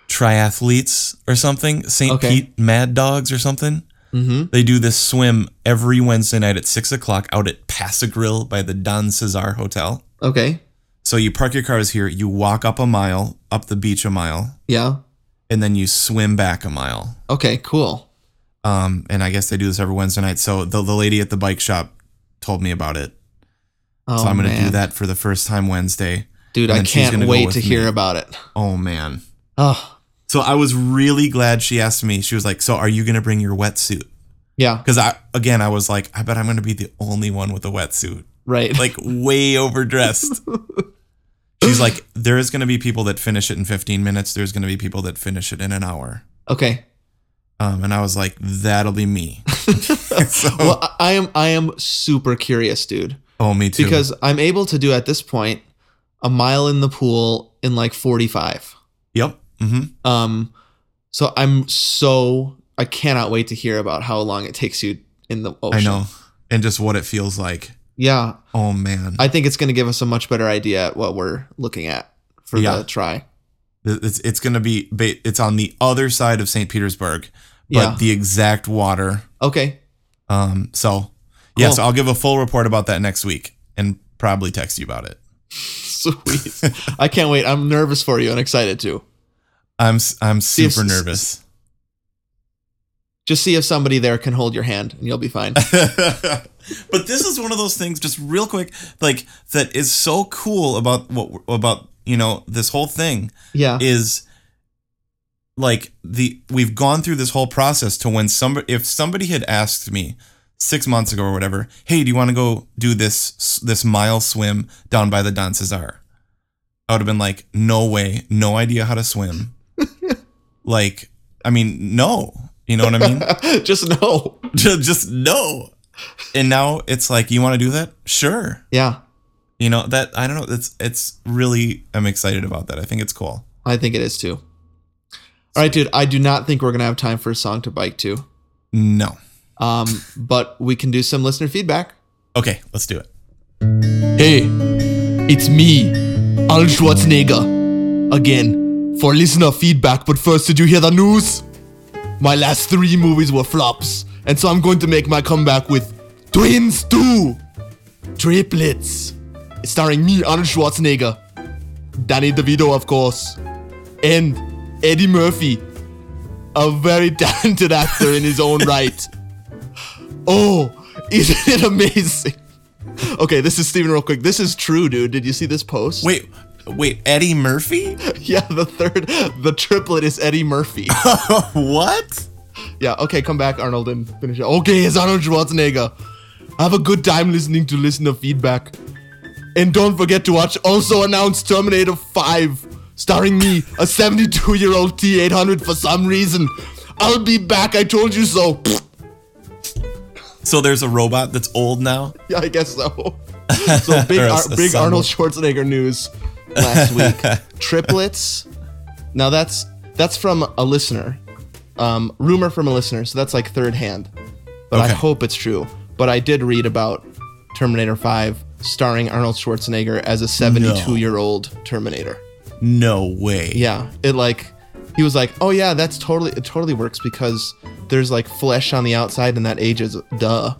[SPEAKER 2] Triathletes or something. St.
[SPEAKER 1] Okay.
[SPEAKER 2] Pete Mad Dogs or something.
[SPEAKER 1] Mm-hmm.
[SPEAKER 2] They do this swim every Wednesday night at six o'clock out at Pasagrill by the Don Cesar Hotel.
[SPEAKER 1] Okay.
[SPEAKER 2] So you park your cars here. You walk up a mile, up the beach a mile,
[SPEAKER 1] Yeah.
[SPEAKER 2] and then you swim back a mile.
[SPEAKER 1] Okay. Cool.
[SPEAKER 2] Um, and I guess they do this every Wednesday night. So the, the lady at the bike shop told me about it.
[SPEAKER 1] Oh,
[SPEAKER 2] so I'm going to
[SPEAKER 1] man.
[SPEAKER 2] do that for the first time Wednesday.
[SPEAKER 1] dude.
[SPEAKER 2] and
[SPEAKER 1] I
[SPEAKER 2] then she's
[SPEAKER 1] can't
[SPEAKER 2] gonna go
[SPEAKER 1] wait
[SPEAKER 2] with
[SPEAKER 1] to hear
[SPEAKER 2] me.
[SPEAKER 1] about it.
[SPEAKER 2] Oh man.
[SPEAKER 1] Oh.
[SPEAKER 2] So I was really glad she asked me. She was like, "So are you gonna bring your wetsuit?"
[SPEAKER 1] Yeah.
[SPEAKER 2] Because I again I was like, "I bet I'm gonna be the only one with a wetsuit,
[SPEAKER 1] Right.
[SPEAKER 2] like way overdressed." She's like, "There is gonna be people that finish it in 15 minutes. There's gonna be people that finish it in an hour."
[SPEAKER 1] *laughs*
[SPEAKER 2] *laughs*
[SPEAKER 1] okay.
[SPEAKER 2] Um, and I was like, "That'll be me." *laughs* so,
[SPEAKER 1] Well, I- I am. I am super curious, dude.
[SPEAKER 2] oh, me too.
[SPEAKER 1] because I'm able to do at this point a mile in the pool in like 45.
[SPEAKER 2] yep. hmm
[SPEAKER 1] Um, so I'm so I cannot wait to hear about how long it takes you in the ocean.
[SPEAKER 2] I know, and just what it feels like.
[SPEAKER 1] Yeah,
[SPEAKER 2] Oh man,
[SPEAKER 1] I think it's going to give us a much better idea at what we're looking at for
[SPEAKER 2] Yeah.
[SPEAKER 1] the try.
[SPEAKER 2] it's it's gonna be. ba- It's on the other side of St. Petersburg, but
[SPEAKER 1] Yeah.
[SPEAKER 2] the exact water.
[SPEAKER 1] Okay. *laughs*
[SPEAKER 2] Um, so yeah,
[SPEAKER 1] Cool.
[SPEAKER 2] so I'll give a full report about that next week and probably text you about it.
[SPEAKER 1] Sweet. I can't wait. I'm nervous for you and excited too.
[SPEAKER 2] I'm s- I'm
[SPEAKER 1] if-
[SPEAKER 2] super nervous. *laughs*
[SPEAKER 1] Just see if somebody there can hold your hand and you'll be
[SPEAKER 2] *laughs*
[SPEAKER 1] fine.
[SPEAKER 2] but this is one of those things just real quick like that is so cool about what we're- about you know this whole thing
[SPEAKER 1] Yeah. *laughs*
[SPEAKER 2] is like the we've gone through this whole process to when somebody if somebody had asked me 6 months ago or whatever, "Hey, do you want to go do this this mile swim down by the Don Cesar?" I would have been like, "No way. No idea how to swim." like, I mean, no. You know what I mean? *laughs*
[SPEAKER 1] Just no.
[SPEAKER 2] just, just no. And now it's like, "You want to do that?" Sure.
[SPEAKER 1] Yeah.
[SPEAKER 2] You know that I don't know. That's it's really I'm excited about that. I think it's cool.
[SPEAKER 1] I think it is too. All right, dude. I do not think we're gonna have time for a song to bike to,
[SPEAKER 2] No.
[SPEAKER 1] um, but we can do some listener feedback.
[SPEAKER 2] Okay, let's do it.
[SPEAKER 1] Hey, it's me, Al Schwarzenegger, again for listener feedback. But first, did you hear the news? My last three movies were flops, and so I'm going to make my comeback with Twins 2 Triplets, starring me, Arnold Schwarzenegger, Danny DeVito, of course, and Eddie Murphy, a very *laughs* talented actor in his own right. Oh, isn't it amazing? Okay, this is Steven real quick. This is true, dude. Did you see this post?
[SPEAKER 2] Wait, wait, Eddie Murphy?
[SPEAKER 1] *laughs*
[SPEAKER 2] *laughs*
[SPEAKER 1] Yeah, the third, the triplet is Eddie Murphy.
[SPEAKER 2] what?
[SPEAKER 1] yeah, okay, come back, Arnold, and finish it. Okay, it's Arnold Schwarzenegger. Have a good time listening to listener feedback. And don't forget to watch also announced Terminator 5, starring me, a 72 year old T 800 for some reason. I'll be back, I told you so.
[SPEAKER 2] So there's a robot that's old now.
[SPEAKER 1] yeah, I guess
[SPEAKER 2] *laughs*
[SPEAKER 1] so. So big,
[SPEAKER 2] Or a-
[SPEAKER 1] Ar-
[SPEAKER 2] a
[SPEAKER 1] big
[SPEAKER 2] son.
[SPEAKER 1] Arnold Schwarzenegger news last week.
[SPEAKER 2] *laughs*
[SPEAKER 1] Triplets. Now that's that's from a listener, um, rumor from a listener. So that's like third hand, but I
[SPEAKER 2] Okay.
[SPEAKER 1] hope it's true. But I did read about Terminator Five starring Arnold Schwarzenegger as a seventy-two year old Terminator.
[SPEAKER 2] No way.
[SPEAKER 1] Yeah, it like he was like, oh yeah, that's totally it totally works because there's like flesh on the outside and that ages. Duh.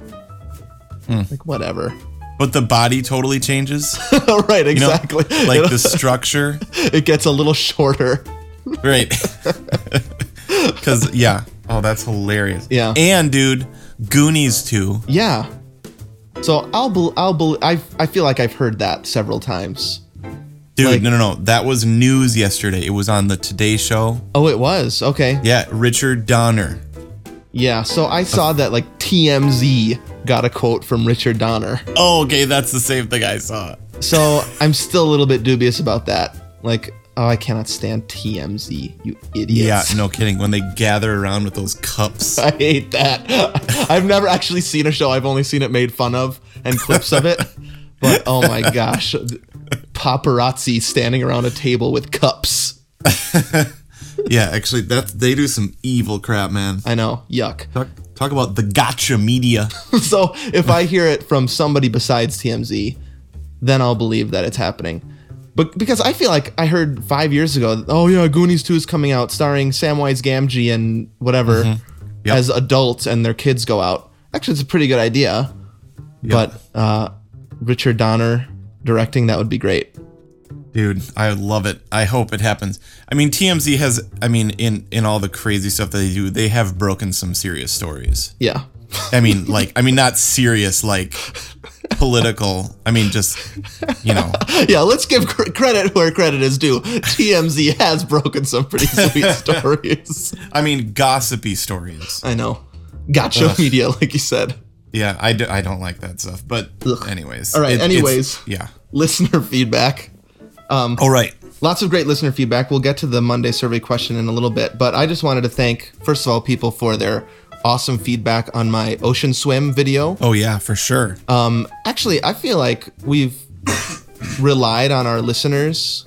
[SPEAKER 2] Hmm.
[SPEAKER 1] Like whatever.
[SPEAKER 2] But the body totally changes.
[SPEAKER 1] *laughs* right,
[SPEAKER 2] You know?
[SPEAKER 1] exactly.
[SPEAKER 2] *laughs* Like the structure.
[SPEAKER 1] *laughs* it gets a little shorter.
[SPEAKER 2] Right. *laughs* Cause yeah. Oh, that's hilarious.
[SPEAKER 1] Yeah.
[SPEAKER 2] And dude, Goonies 2.
[SPEAKER 1] Yeah. So I'll bel I'll bel I I feel like I've heard that several times.
[SPEAKER 2] Dude,
[SPEAKER 1] Like-
[SPEAKER 2] no no no. That was news yesterday. It was on the Today Show.
[SPEAKER 1] Oh, it was okay. Yeah.
[SPEAKER 2] Yeah, Richard Donner.
[SPEAKER 1] so I saw that like TMZ got a quote from Richard Donner.
[SPEAKER 2] Oh, okay, that's the same thing I saw.
[SPEAKER 1] So *laughs* I'm still a little bit dubious about that. Like, oh, I cannot stand TMZ. You idiots.
[SPEAKER 2] Yeah, no kidding. When they gather around with those
[SPEAKER 1] *laughs*
[SPEAKER 2] cups.
[SPEAKER 1] I hate that. I've never actually seen a show. I've only seen it made fun of and clips of it. But oh my gosh, paparazzi standing around a table with cups.
[SPEAKER 2] yeah, actually that's they do some evil crap, man.
[SPEAKER 1] I know, yuck.
[SPEAKER 2] Talk talk about the gotcha media.
[SPEAKER 1] *laughs* so if I hear it from somebody besides TMZ, then I'll believe that it's happening. But because I feel like I heard five years ago, oh yeah, Goonies 2 is coming out, starring Samwise Gamgee and whatever
[SPEAKER 2] Yep.
[SPEAKER 1] as adults and their kids go out. Actually, it's a pretty good idea. But uh, Richard Donner directing, that would be great.
[SPEAKER 2] Dude, I love it. I hope it happens. I mean, TMZ has I mean, in in all the crazy stuff that they do, they have broken some serious stories.
[SPEAKER 1] Yeah. *laughs*
[SPEAKER 2] I mean, like I mean not serious like political. I mean just you know.
[SPEAKER 1] Yeah, let's give cr- credit where credit is due. TMZ has broken some pretty sweet stories.
[SPEAKER 2] I mean gossipy stories.
[SPEAKER 1] I know. Gotcha media, like you said.
[SPEAKER 2] Yeah, I, do, I don't like that stuff. But anyways.
[SPEAKER 1] All right,
[SPEAKER 2] it's-
[SPEAKER 1] anyways.
[SPEAKER 2] Yeah.
[SPEAKER 1] Listener *laughs* feedback.
[SPEAKER 2] All right.
[SPEAKER 1] Lots of great listener feedback. We'll get to the Monday survey question in a little bit, but I just wanted to thank, first of all, people for their awesome feedback on my ocean swim video.
[SPEAKER 2] Oh yeah, for sure.
[SPEAKER 1] Um, actually, I feel like we've *coughs* relied on our listeners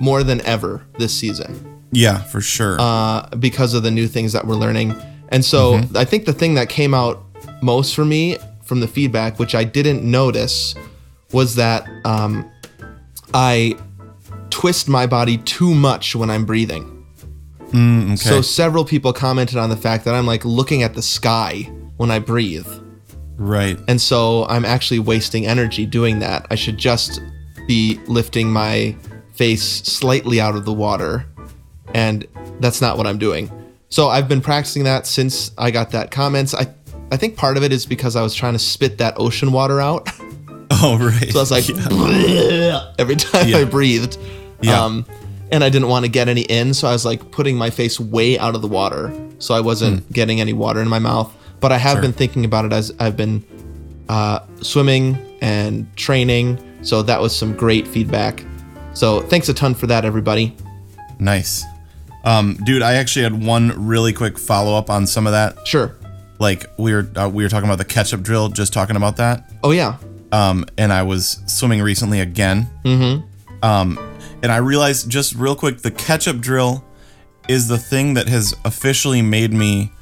[SPEAKER 1] more than ever this season
[SPEAKER 2] yeah, for sure.
[SPEAKER 1] uh, because of the new things that we're learning. And so I think the thing that came out most for me from the feedback, which I didn't notice, was that um, I twist my body too much when I'm breathing.
[SPEAKER 2] okay.
[SPEAKER 1] So several people commented on the fact that I'm like looking at the sky when I breathe.
[SPEAKER 2] right. *laughs*
[SPEAKER 1] And so I'm actually wasting energy doing that. I should just be lifting my face slightly out of the water. And that's not what I'm doing. So I've been practicing that since I got that comments. I I think part of it is because I was trying to spit that ocean water out. *laughs* So
[SPEAKER 2] Oh right.
[SPEAKER 1] I was like
[SPEAKER 2] *laughs* Yeah.
[SPEAKER 1] every *laughs* time I
[SPEAKER 2] Yeah.
[SPEAKER 1] breathed.
[SPEAKER 2] Yeah.
[SPEAKER 1] Um and I didn't want to get any in, so I was like putting my face way out of the water. So I wasn't
[SPEAKER 2] Hmm.
[SPEAKER 1] getting any water in my mouth. But I have been thinking about it as I've been uh, swimming and training. So that was some great feedback. So thanks a ton for that, everybody.
[SPEAKER 2] Nice. Um, dude, I actually had one really quick follow up on some of that.
[SPEAKER 1] Sure.
[SPEAKER 2] Like we were uh, we were talking about the catch up drill, just talking about that.
[SPEAKER 1] Oh yeah.
[SPEAKER 2] Um, and I was swimming recently again.
[SPEAKER 1] Mm-hmm.
[SPEAKER 2] Um, and I realized just real quick the catch up drill is the thing that has officially made me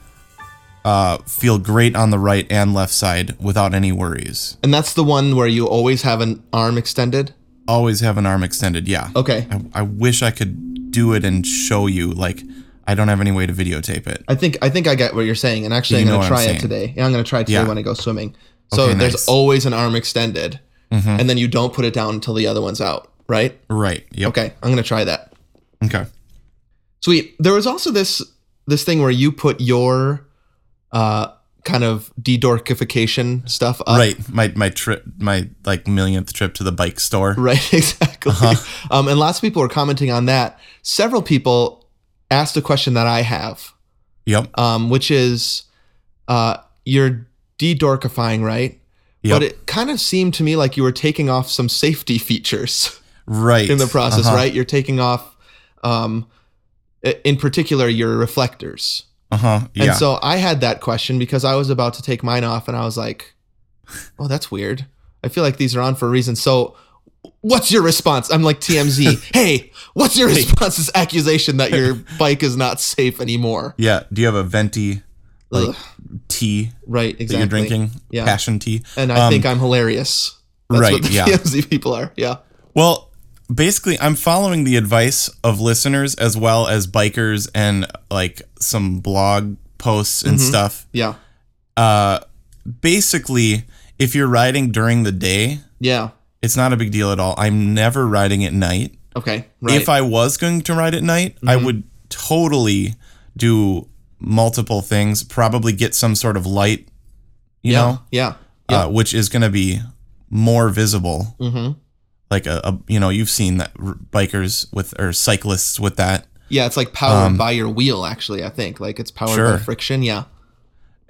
[SPEAKER 2] uh, feel great on the right and left side without any worries.
[SPEAKER 1] And that's the one where you always have an arm extended.
[SPEAKER 2] Always have an arm extended. Yeah.
[SPEAKER 1] Okay.
[SPEAKER 2] I, I wish I could do it and show you. Like, I don't have any way to videotape it.
[SPEAKER 1] I think I think I get what you're saying, and actually, I'm
[SPEAKER 2] You know
[SPEAKER 1] gonna
[SPEAKER 2] what
[SPEAKER 1] try
[SPEAKER 2] I'm saying.
[SPEAKER 1] it today. Yeah, I'm gonna try it today
[SPEAKER 2] Yeah.
[SPEAKER 1] when I go swimming. So
[SPEAKER 2] Okay,
[SPEAKER 1] there's
[SPEAKER 2] nice.
[SPEAKER 1] always an arm extended,
[SPEAKER 2] Mm-hmm.
[SPEAKER 1] and then you don't put it down until the other one's out, right?
[SPEAKER 2] Right. Yep.
[SPEAKER 1] Okay, I'm gonna try that.
[SPEAKER 2] Okay.
[SPEAKER 1] Sweet. There was also this this thing where you put your uh, kind of dedorkification stuff up.
[SPEAKER 2] Right. My my trip, my like millionth trip to the bike store.
[SPEAKER 1] *laughs* Right, exactly.
[SPEAKER 2] Uh-huh.
[SPEAKER 1] Um, and lots of people were commenting on that. Several people asked a question that I have,
[SPEAKER 2] Yep.
[SPEAKER 1] um, which is uh, you're de-dorkifying, right?
[SPEAKER 2] Yep.
[SPEAKER 1] But it kind of seemed to me like you were taking off some safety features *laughs*
[SPEAKER 2] right.
[SPEAKER 1] in the process,
[SPEAKER 2] Uh-huh.
[SPEAKER 1] right? You're taking off, um, i- in particular, your reflectors.
[SPEAKER 2] Uh huh.
[SPEAKER 1] And
[SPEAKER 2] Yeah.
[SPEAKER 1] so I had that question because I was about to take mine off and I was like, oh, that's weird. I feel like these are on for a reason. So what's your response? I'm like
[SPEAKER 2] *laughs*
[SPEAKER 1] TMZ. hey, what's your response to this accusation that your bike is not safe anymore?
[SPEAKER 2] yeah. Do you have a venti like
[SPEAKER 1] Ugh.
[SPEAKER 2] tea
[SPEAKER 1] Right,
[SPEAKER 2] that
[SPEAKER 1] exactly.
[SPEAKER 2] you're drinking?
[SPEAKER 1] Yeah.
[SPEAKER 2] Passion tea.
[SPEAKER 1] And I
[SPEAKER 2] Um,
[SPEAKER 1] think I'm hilarious. That's
[SPEAKER 2] right,
[SPEAKER 1] what the *laughs*
[SPEAKER 2] yeah.
[SPEAKER 1] TMZ people are. Yeah.
[SPEAKER 2] Well, basically, I'm following the advice of listeners as well as bikers and like some blog posts
[SPEAKER 1] Mm-hmm.
[SPEAKER 2] and stuff.
[SPEAKER 1] Yeah.
[SPEAKER 2] Uh, basically, if you're riding during the day,
[SPEAKER 1] Yeah.
[SPEAKER 2] it's not a big deal at all. I'm never riding at night.
[SPEAKER 1] Okay. Right. Mm-hmm.
[SPEAKER 2] If I was going to ride at night, I would totally do multiple things, probably get some sort of light, you
[SPEAKER 1] yeah.
[SPEAKER 2] know,
[SPEAKER 1] Yeah. Mm-hmm.
[SPEAKER 2] uh, which is going to be more visible. Like a, a, you know, you've seen that r- bikers with or cyclists with that,
[SPEAKER 1] Yeah. It's like powered by your wheel, actually, I think. Like it's powered
[SPEAKER 2] Um,
[SPEAKER 1] by
[SPEAKER 2] Sure.
[SPEAKER 1] friction. Yeah.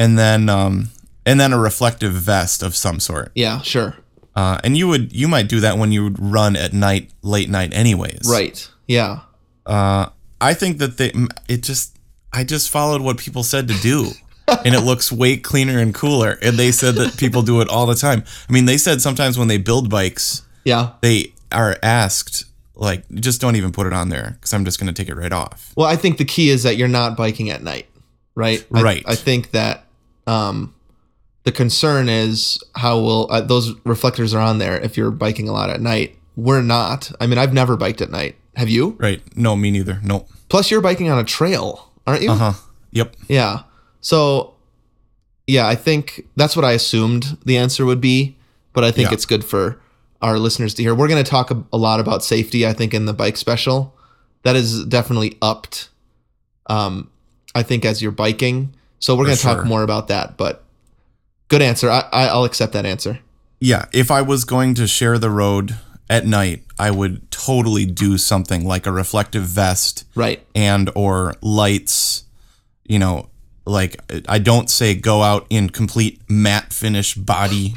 [SPEAKER 2] and then um, and then a reflective vest of some sort.
[SPEAKER 1] Yeah. Sure.
[SPEAKER 2] Uh, and you would you might do that when you would run at night, late night, anyways.
[SPEAKER 1] Right. Yeah.
[SPEAKER 2] Uh, I think that they m- it just I just followed what people said to do. and it looks way cleaner and cooler. And they said that people do it all the time. I mean, they said sometimes when they build bikes,
[SPEAKER 1] Yeah.
[SPEAKER 2] they are asked like just don't even put it on there because i'm just going to take it right off
[SPEAKER 1] Well, I think the key is that you're not biking at night, right? I-
[SPEAKER 2] Right.
[SPEAKER 1] I, think that um, the concern is how will uh, those reflectors are on there if you're biking a lot at night. We're not. I mean, I've never biked at night. Have you?
[SPEAKER 2] right no me neither nope
[SPEAKER 1] Plus, you're biking on a trail, aren't you?
[SPEAKER 2] uh-huh yep
[SPEAKER 1] Yeah. So, yeah, I think that's what I assumed the answer would be, but I think
[SPEAKER 2] Yeah.
[SPEAKER 1] it's good for our listeners to hear. We're going to talk a, a lot about safety, I think, in the bike special. That is definitely upped, um, I think, as you're biking. So we're
[SPEAKER 2] For
[SPEAKER 1] going to
[SPEAKER 2] sure.
[SPEAKER 1] talk more about that, but good answer. I, I, I'll accept that answer.
[SPEAKER 2] yeah if i was going to share the road at night i would totally do something like a reflective vest
[SPEAKER 1] Right. *laughs*
[SPEAKER 2] and or lights you know like i don't say go out in complete matte finish body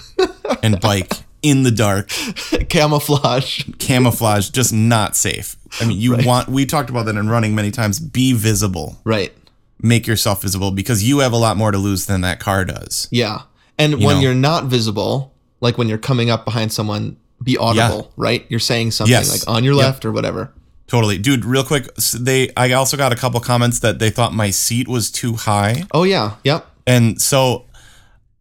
[SPEAKER 2] and bike in the dark
[SPEAKER 1] Camouflage.
[SPEAKER 2] camouflage just not safe i mean you want we talked about that in running many times be visible
[SPEAKER 1] Right.
[SPEAKER 2] make yourself visible because you have a lot more to lose than that car does.
[SPEAKER 1] Yeah. And when
[SPEAKER 2] know.
[SPEAKER 1] you're not visible, like when you're coming up behind someone, be audible, right? You're saying something
[SPEAKER 2] Yes.
[SPEAKER 1] like on your
[SPEAKER 2] Yep.
[SPEAKER 1] left or whatever.
[SPEAKER 2] Totally. Dude, real quick, s- they I also got a couple comments that they thought my seat was too high.
[SPEAKER 1] Oh yeah, yep.
[SPEAKER 2] And so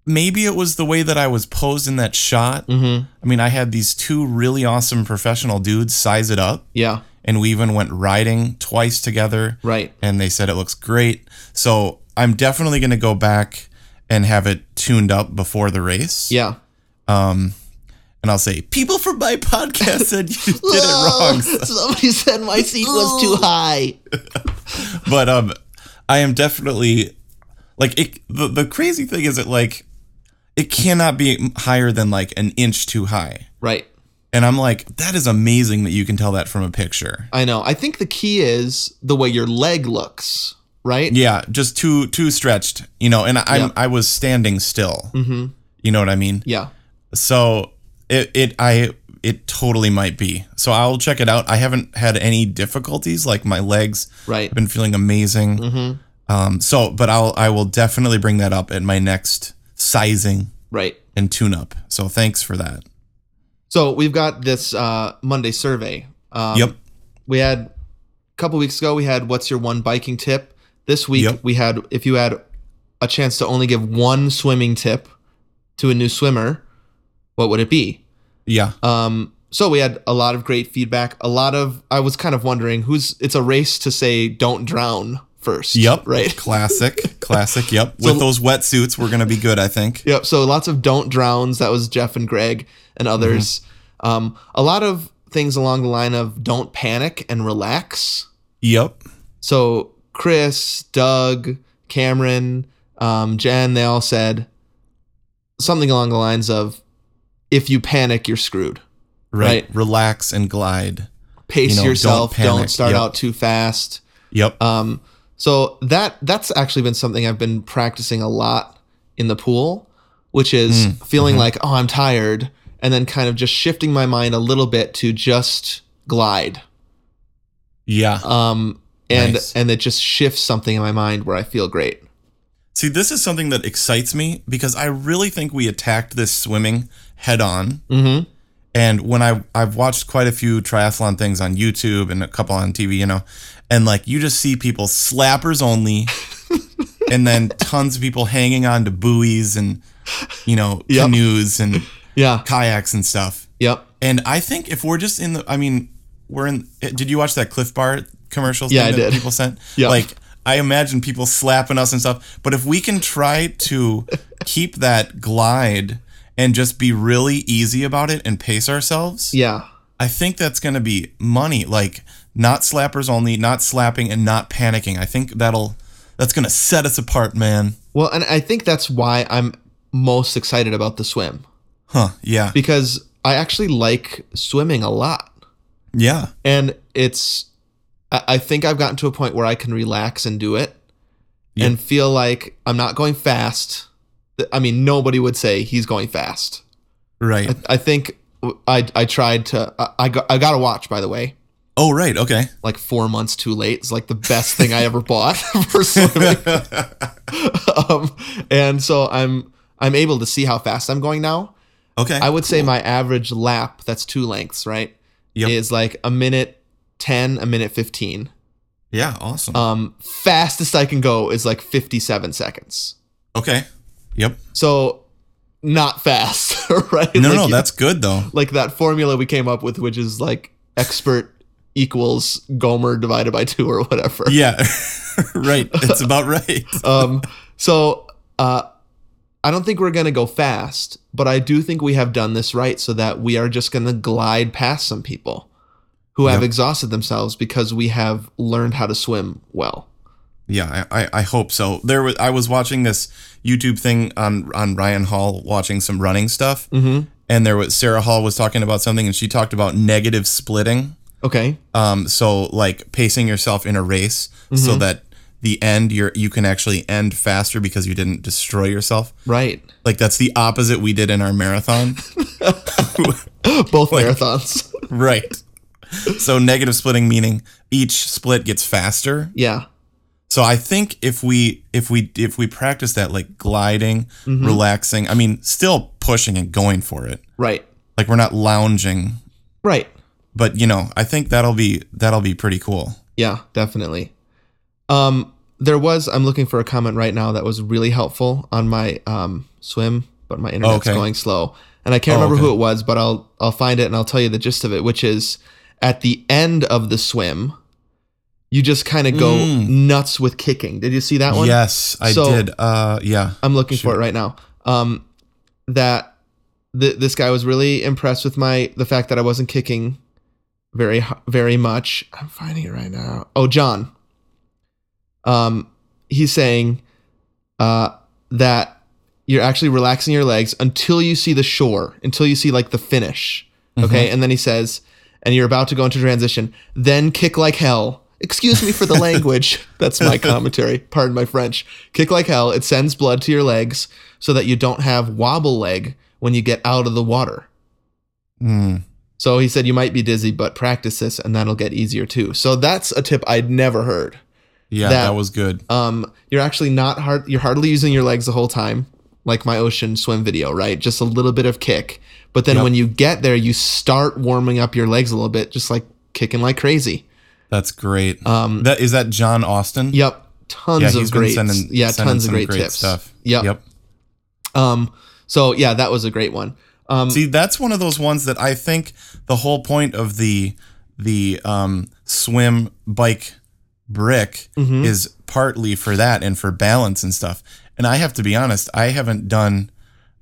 [SPEAKER 2] maybe it was the way that I was posed in that shot.
[SPEAKER 1] Mm-hmm.
[SPEAKER 2] I mean, I had these two really awesome professional dudes size it up
[SPEAKER 1] Yeah,
[SPEAKER 2] and we even went riding twice together
[SPEAKER 1] right.
[SPEAKER 2] and they said it looks great. So, I'm definitely going to go back and have it tuned up before the race.
[SPEAKER 1] Yeah.
[SPEAKER 2] And I'll say, "People from my podcast said
[SPEAKER 1] *laughs*
[SPEAKER 2] you did it wrong."
[SPEAKER 1] Oh,
[SPEAKER 2] Oh.
[SPEAKER 1] Somebody said my seat was too high.
[SPEAKER 2] but um i am definitely like it the, the crazy thing is that like it cannot be higher than like an inch too high
[SPEAKER 1] Right.
[SPEAKER 2] and i'm like that is amazing that you can tell that from a picture
[SPEAKER 1] I know. I think the key is the way your leg looks, right?
[SPEAKER 2] yeah just too too stretched you know and i'm
[SPEAKER 1] Yeah.
[SPEAKER 2] i was standing still mm-hmm. you know what i mean
[SPEAKER 1] Yeah.
[SPEAKER 2] so it it i it totally might be so i'll check it out i haven't had any difficulties like my legs
[SPEAKER 1] Right.
[SPEAKER 2] I've been feeling amazing.
[SPEAKER 1] Mm-hmm.
[SPEAKER 2] Um, so, but I'll I will definitely bring that up at my next sizing
[SPEAKER 1] Right.
[SPEAKER 2] and tune up. So thanks for that.
[SPEAKER 1] So we've got this uh, Monday survey. Um,
[SPEAKER 2] Yep.
[SPEAKER 1] We had a couple weeks ago. We had what's your one biking tip. This week
[SPEAKER 2] Yep.
[SPEAKER 1] we had if you had a chance to only give one swimming tip to a new swimmer, what would it be?
[SPEAKER 2] Yeah.
[SPEAKER 1] Um, so we had a lot of great feedback. A lot of I was kind of wondering who's. It's a race to say don't drown first.
[SPEAKER 2] Yep.
[SPEAKER 1] Right. *laughs*
[SPEAKER 2] Classic. classic. Yep.
[SPEAKER 1] So-
[SPEAKER 2] With those wetsuits, we're gonna be good. I think.
[SPEAKER 1] Yep. So lots of don't drowns. That was Jeff and Greg and
[SPEAKER 2] Mm-hmm.
[SPEAKER 1] others. Um, a lot of things along the line of don't panic and relax.
[SPEAKER 2] Yep.
[SPEAKER 1] So Chris, Doug, Cameron, um, Jen, they all said something along the lines of, "If you panic, you're screwed.
[SPEAKER 2] Right.
[SPEAKER 1] Right.
[SPEAKER 2] Relax and glide.
[SPEAKER 1] Pace
[SPEAKER 2] You know, don't
[SPEAKER 1] yourself. Don't,
[SPEAKER 2] panic.
[SPEAKER 1] start
[SPEAKER 2] Yep.
[SPEAKER 1] out too fast."
[SPEAKER 2] Yep.
[SPEAKER 1] Um, so that that's actually been something I've been practicing a lot in the pool, which is feeling like, oh, I'm tired, and then kind of just shifting my mind a little bit to just glide.
[SPEAKER 2] yeah.
[SPEAKER 1] Um, and
[SPEAKER 2] Nice.
[SPEAKER 1] and it just shifts something in my mind where I feel great.
[SPEAKER 2] See, this is something that excites me because I really think we attacked this swimming head on.
[SPEAKER 1] Mm-hmm.
[SPEAKER 2] And when I I've watched quite a few triathlon things on YouTube and a couple on TV, you know, and like you just see people slappers only, and then tons of people hanging on to buoys and you know
[SPEAKER 1] Yep.
[SPEAKER 2] canoes and
[SPEAKER 1] Yeah.
[SPEAKER 2] kayaks and stuff.
[SPEAKER 1] Yep.
[SPEAKER 2] And I think if we're just in the, I mean, we're in. eh, Did you watch that Cliff Bar commercial?
[SPEAKER 1] Yeah,
[SPEAKER 2] thing
[SPEAKER 1] I
[SPEAKER 2] that
[SPEAKER 1] did.
[SPEAKER 2] People sent.
[SPEAKER 1] *laughs* Yeah.
[SPEAKER 2] Like I imagine people slapping us and stuff. But if we can try
[SPEAKER 1] *laughs*
[SPEAKER 2] to keep that glide and just be really easy about it and pace ourselves,
[SPEAKER 1] Yeah.
[SPEAKER 2] I think that's going to be money. Like not slappers only, not slapping and not panicking. I think that'll that's going to set us apart, man.
[SPEAKER 1] Well, and I think that's why I'm most excited about the swim
[SPEAKER 2] Huh? Yeah.
[SPEAKER 1] because I actually like swimming a lot.
[SPEAKER 2] Yeah.
[SPEAKER 1] and it's i I think i've gotten to a point where i can relax and do it
[SPEAKER 2] Yeah.
[SPEAKER 1] and feel like i'm not going fast Th- i mean nobody would say he's going fast
[SPEAKER 2] Right.
[SPEAKER 1] i think w- i, I tried to I, I, got, I got a watch by the way
[SPEAKER 2] Oh, right.
[SPEAKER 1] *laughs*
[SPEAKER 2] Okay. *laughs*
[SPEAKER 1] like four months too late it's like the best thing i ever bought *laughs*
[SPEAKER 2] *laughs*
[SPEAKER 1] for swimming um, and so i'm i'm able to see how fast i'm going now
[SPEAKER 2] okay.
[SPEAKER 1] i would say my average lap that's two lengths right
[SPEAKER 2] Yep.
[SPEAKER 1] is like a minute 10 a minute 15
[SPEAKER 2] yeah. Awesome.
[SPEAKER 1] um fastest i can go is like 57 seconds
[SPEAKER 2] okay. Yep.
[SPEAKER 1] so not fast *laughs* right
[SPEAKER 2] No,
[SPEAKER 1] like,
[SPEAKER 2] no, that's good though.
[SPEAKER 1] like that formula we came up with which is like expert equals gomer divided by two or whatever
[SPEAKER 2] Yeah, *laughs* right.
[SPEAKER 1] *laughs*
[SPEAKER 2] It's about right.
[SPEAKER 1] um so uh i don't think we're gonna go fast but i do think we have done this right so that we are just gonna glide past some people who have
[SPEAKER 2] Yep.
[SPEAKER 1] exhausted themselves because we have learned how to swim well
[SPEAKER 2] Yeah, I, I, I hope so. There was I was watching this YouTube thing on on Ryan Hall watching some running stuff,
[SPEAKER 1] mm-hmm
[SPEAKER 2] and there was Sarah Hall was talking about something, and she talked about negative splitting.
[SPEAKER 1] okay
[SPEAKER 2] Um, so like pacing yourself in a race
[SPEAKER 1] Mm-hmm.
[SPEAKER 2] so that the end you're you can actually end faster because you didn't destroy yourself.
[SPEAKER 1] right *gasps*
[SPEAKER 2] Like that's the opposite we did in our
[SPEAKER 1] *laughs*
[SPEAKER 2] marathon.
[SPEAKER 1] both marathons *laughs*
[SPEAKER 2] right. So negative splitting meaning each split gets faster
[SPEAKER 1] Yeah.
[SPEAKER 2] So I think if we if we if we practice that like gliding,
[SPEAKER 1] Mm-hmm.
[SPEAKER 2] relaxing, I mean still pushing and going for it.
[SPEAKER 1] Right.
[SPEAKER 2] Like we're not lounging,
[SPEAKER 1] Right.
[SPEAKER 2] but you know, I think that'll be that'll be pretty cool.
[SPEAKER 1] Yeah, definitely. Um there was I'm looking for a comment right now that was really helpful on my um swim, but my internet's
[SPEAKER 2] Okay.
[SPEAKER 1] going slow. And I can't
[SPEAKER 2] Oh,
[SPEAKER 1] remember who
[SPEAKER 2] okay.
[SPEAKER 1] it was, but I'll I'll find it and I'll tell you the gist of it, which is at the end of the swim, you just kind of go
[SPEAKER 2] Mm.
[SPEAKER 1] nuts with kicking. Did you see that one?
[SPEAKER 2] Yes, I
[SPEAKER 1] So-
[SPEAKER 2] did. Uh yeah.
[SPEAKER 1] I'm looking for
[SPEAKER 2] Shoot.
[SPEAKER 1] it right now. Um, that th- this guy was really impressed with my the fact that I wasn't kicking very h- very much. I'm finding it right now. Oh, John. Um, he's saying uh, that you're actually relaxing your legs until you see the shore, until you see like the finish. Okay, and then he says, and you're about to go into transition. Then kick like hell. Excuse me for the language. That's my commentary. Pardon my French. Kick like hell. It sends blood to your legs so that you don't have wobble leg when you get out of the water.
[SPEAKER 2] Mm.
[SPEAKER 1] So he said you might be dizzy, but practice this and that'll get easier too. So that's a tip I'd never heard.
[SPEAKER 2] Yeah,
[SPEAKER 1] That- uh,
[SPEAKER 2] that, was good.
[SPEAKER 1] Um, you're actually not hard. You're hardly using your legs the whole time. like my ocean swim video, right? Just a little bit of kick. But then
[SPEAKER 2] Yep.
[SPEAKER 1] when you get there, you start warming up your legs a little bit, just like kicking like crazy.
[SPEAKER 2] That's great. Um, that is that John Austin.
[SPEAKER 1] Yep. Tons
[SPEAKER 2] yeah, he's
[SPEAKER 1] of great,
[SPEAKER 2] been sending
[SPEAKER 1] yeah,
[SPEAKER 2] sending
[SPEAKER 1] tons of
[SPEAKER 2] some
[SPEAKER 1] great, tips. Yep.
[SPEAKER 2] Yep.
[SPEAKER 1] Um, so yeah, that was a great one. Um,
[SPEAKER 2] See, that's one of those ones that I think the whole point of the the um, swim bike brick is partly for that and for balance and stuff. And I have to be honest, I haven't done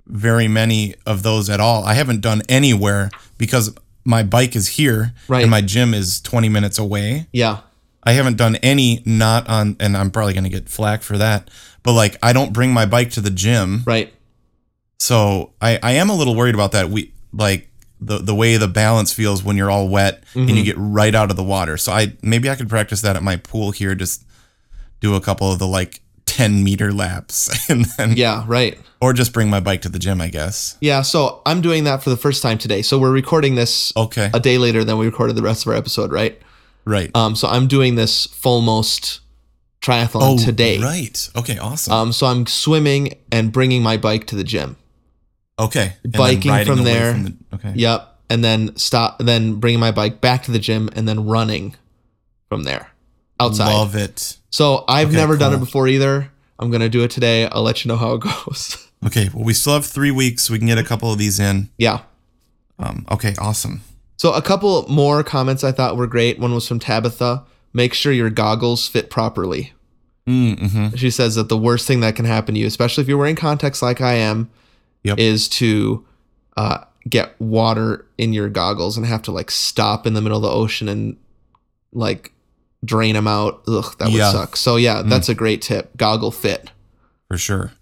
[SPEAKER 2] very many of those at all. I haven't done anywhere because my bike is here
[SPEAKER 1] Right.
[SPEAKER 2] and my gym is 20 minutes away.
[SPEAKER 1] yeah.
[SPEAKER 2] I haven't done any not on and I'm probably going to get flack for that. But like I don't bring my bike to the gym.
[SPEAKER 1] Right.
[SPEAKER 2] So I, I am a little worried about that. We like the the way the balance feels when you're all wet and
[SPEAKER 1] Mm-hmm.
[SPEAKER 2] you get right out of the water. So I maybe I could practice that at my pool here. Just do a couple of the like ten meter laps *laughs* and then
[SPEAKER 1] Yeah. Right.
[SPEAKER 2] or just bring my bike to the gym. I guess.
[SPEAKER 1] Yeah. So I'm doing that for the first time today. So we're recording this
[SPEAKER 2] Okay.
[SPEAKER 1] a day later than we recorded the rest of our episode, right?
[SPEAKER 2] right.
[SPEAKER 1] Uh, Um, so I'm doing this Fulmost triathlon today.
[SPEAKER 2] Oh, Right. Okay. Awesome.
[SPEAKER 1] Um, so I'm swimming and bringing my bike to the gym.
[SPEAKER 2] okay. And then
[SPEAKER 1] biking
[SPEAKER 2] riding
[SPEAKER 1] from
[SPEAKER 2] away
[SPEAKER 1] there.
[SPEAKER 2] the, okay.
[SPEAKER 1] Yep. And then stop. Then bringing my bike back to the gym and then running from there outside.
[SPEAKER 2] Love it.
[SPEAKER 1] So I've
[SPEAKER 2] Okay,
[SPEAKER 1] never done it
[SPEAKER 2] cool.
[SPEAKER 1] before either. I'm gonna do it today. I'll let you know how it *laughs* goes.
[SPEAKER 2] Okay. Well, we still have three weeks. We can get a couple of these in.
[SPEAKER 1] yeah.
[SPEAKER 2] Um, okay. Awesome.
[SPEAKER 1] So a couple more comments I thought were great. One was from Tabitha. Make sure your goggles fit properly.
[SPEAKER 2] Mm-hmm.
[SPEAKER 1] She says that the worst thing that can happen to you, especially if you're wearing contacts like I am,
[SPEAKER 2] Yep.
[SPEAKER 1] is to uh, get water in your goggles and have to like stop in the middle of the ocean and like drain them out. Ugh, that would
[SPEAKER 2] Yeah. Mm.
[SPEAKER 1] suck. So yeah, that's a great tip. Goggle fit.
[SPEAKER 2] for sure.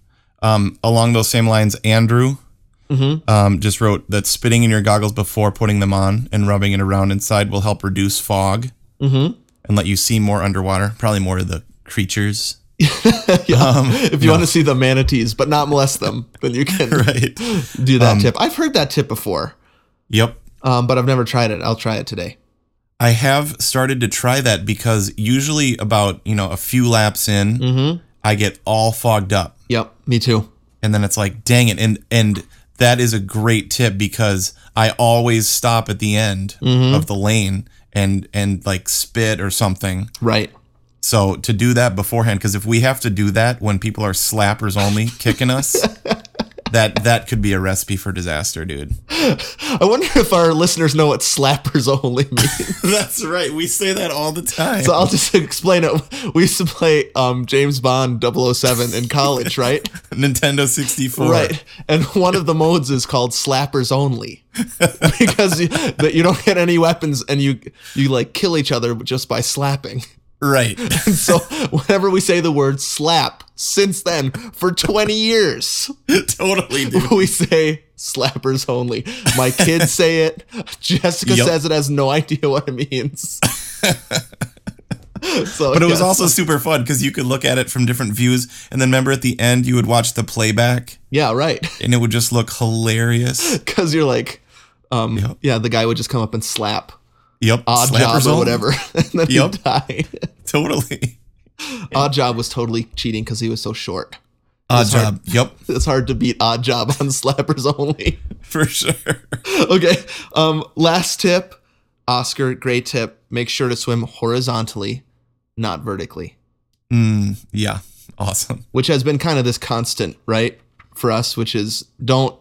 [SPEAKER 2] Um, along those same lines, Andrew
[SPEAKER 1] Mhm.
[SPEAKER 2] um, just wrote that spitting in your goggles before putting them on and rubbing it around inside will help reduce fog
[SPEAKER 1] *laughs* Mm-hmm.
[SPEAKER 2] and let you see more underwater, probably more of the creatures. *laughs* Um,
[SPEAKER 1] if you want to see the manatees but not molest
[SPEAKER 2] *laughs*
[SPEAKER 1] them, then you can
[SPEAKER 2] right.
[SPEAKER 1] do that
[SPEAKER 2] Um,
[SPEAKER 1] tip. I've heard that tip before,
[SPEAKER 2] Yep.
[SPEAKER 1] um, but I've never tried it. I'll try it today.
[SPEAKER 2] I have started to try that because usually about, you know, a few laps in,
[SPEAKER 1] Mm-hmm.
[SPEAKER 2] I get all fogged up.
[SPEAKER 1] Yep, me too.
[SPEAKER 2] and then it's like dang it and and that is a great tip because i always stop at the end of the lane and and like spit or something
[SPEAKER 1] Right.
[SPEAKER 2] so to do that beforehand because if we have to do that when people are slappers only kicking *laughs* us that that could be a recipe for disaster dude
[SPEAKER 1] I wonder if our listeners know what slappers *laughs* only means.
[SPEAKER 2] *laughs* that's right we say that all the time
[SPEAKER 1] so I'll just *laughs* explain it. We used to play um, James Bond 007 in college,
[SPEAKER 2] *laughs*
[SPEAKER 1] right?
[SPEAKER 2] nintendo 64
[SPEAKER 1] Right. And one of the modes is called slappers only *laughs* because you, that you don't get any weapons and you you like kill each other just by slapping. *laughs*
[SPEAKER 2] right
[SPEAKER 1] So whenever we say the word slap, since then for 20 years,
[SPEAKER 2] *laughs* totally dude
[SPEAKER 1] we say slappers only. My kids say it. Jessica
[SPEAKER 2] Yep.
[SPEAKER 1] says it has no idea what it
[SPEAKER 2] *laughs*
[SPEAKER 1] means. so,
[SPEAKER 2] But it
[SPEAKER 1] yes.
[SPEAKER 2] was also super fun because you could look at it from different views. And then remember at the end, you would watch the playback
[SPEAKER 1] yeah, right.
[SPEAKER 2] and it would just look
[SPEAKER 1] *laughs*
[SPEAKER 2] hilarious.
[SPEAKER 1] Because you're like, um,
[SPEAKER 2] Yep.
[SPEAKER 1] yeah, the guy would just come up and slap
[SPEAKER 2] Yep.
[SPEAKER 1] odd
[SPEAKER 2] slappers
[SPEAKER 1] job or
[SPEAKER 2] only.
[SPEAKER 1] whatever, *laughs* and then
[SPEAKER 2] Yep.
[SPEAKER 1] he'd die.
[SPEAKER 2] *laughs* Totally.
[SPEAKER 1] odd job was totally cheating because he was so short. *laughs* hard.
[SPEAKER 2] Odd job. Yep.
[SPEAKER 1] It's hard to beat odd job on *laughs* slappers only.
[SPEAKER 2] *laughs*
[SPEAKER 1] *laughs*
[SPEAKER 2] For sure.
[SPEAKER 1] okay. Um, last tip, Oscar, great tip. Make sure to swim horizontally, not vertically.
[SPEAKER 2] Mm, yeah. Awesome.
[SPEAKER 1] which has been kind of this constant, right? For us, which is don't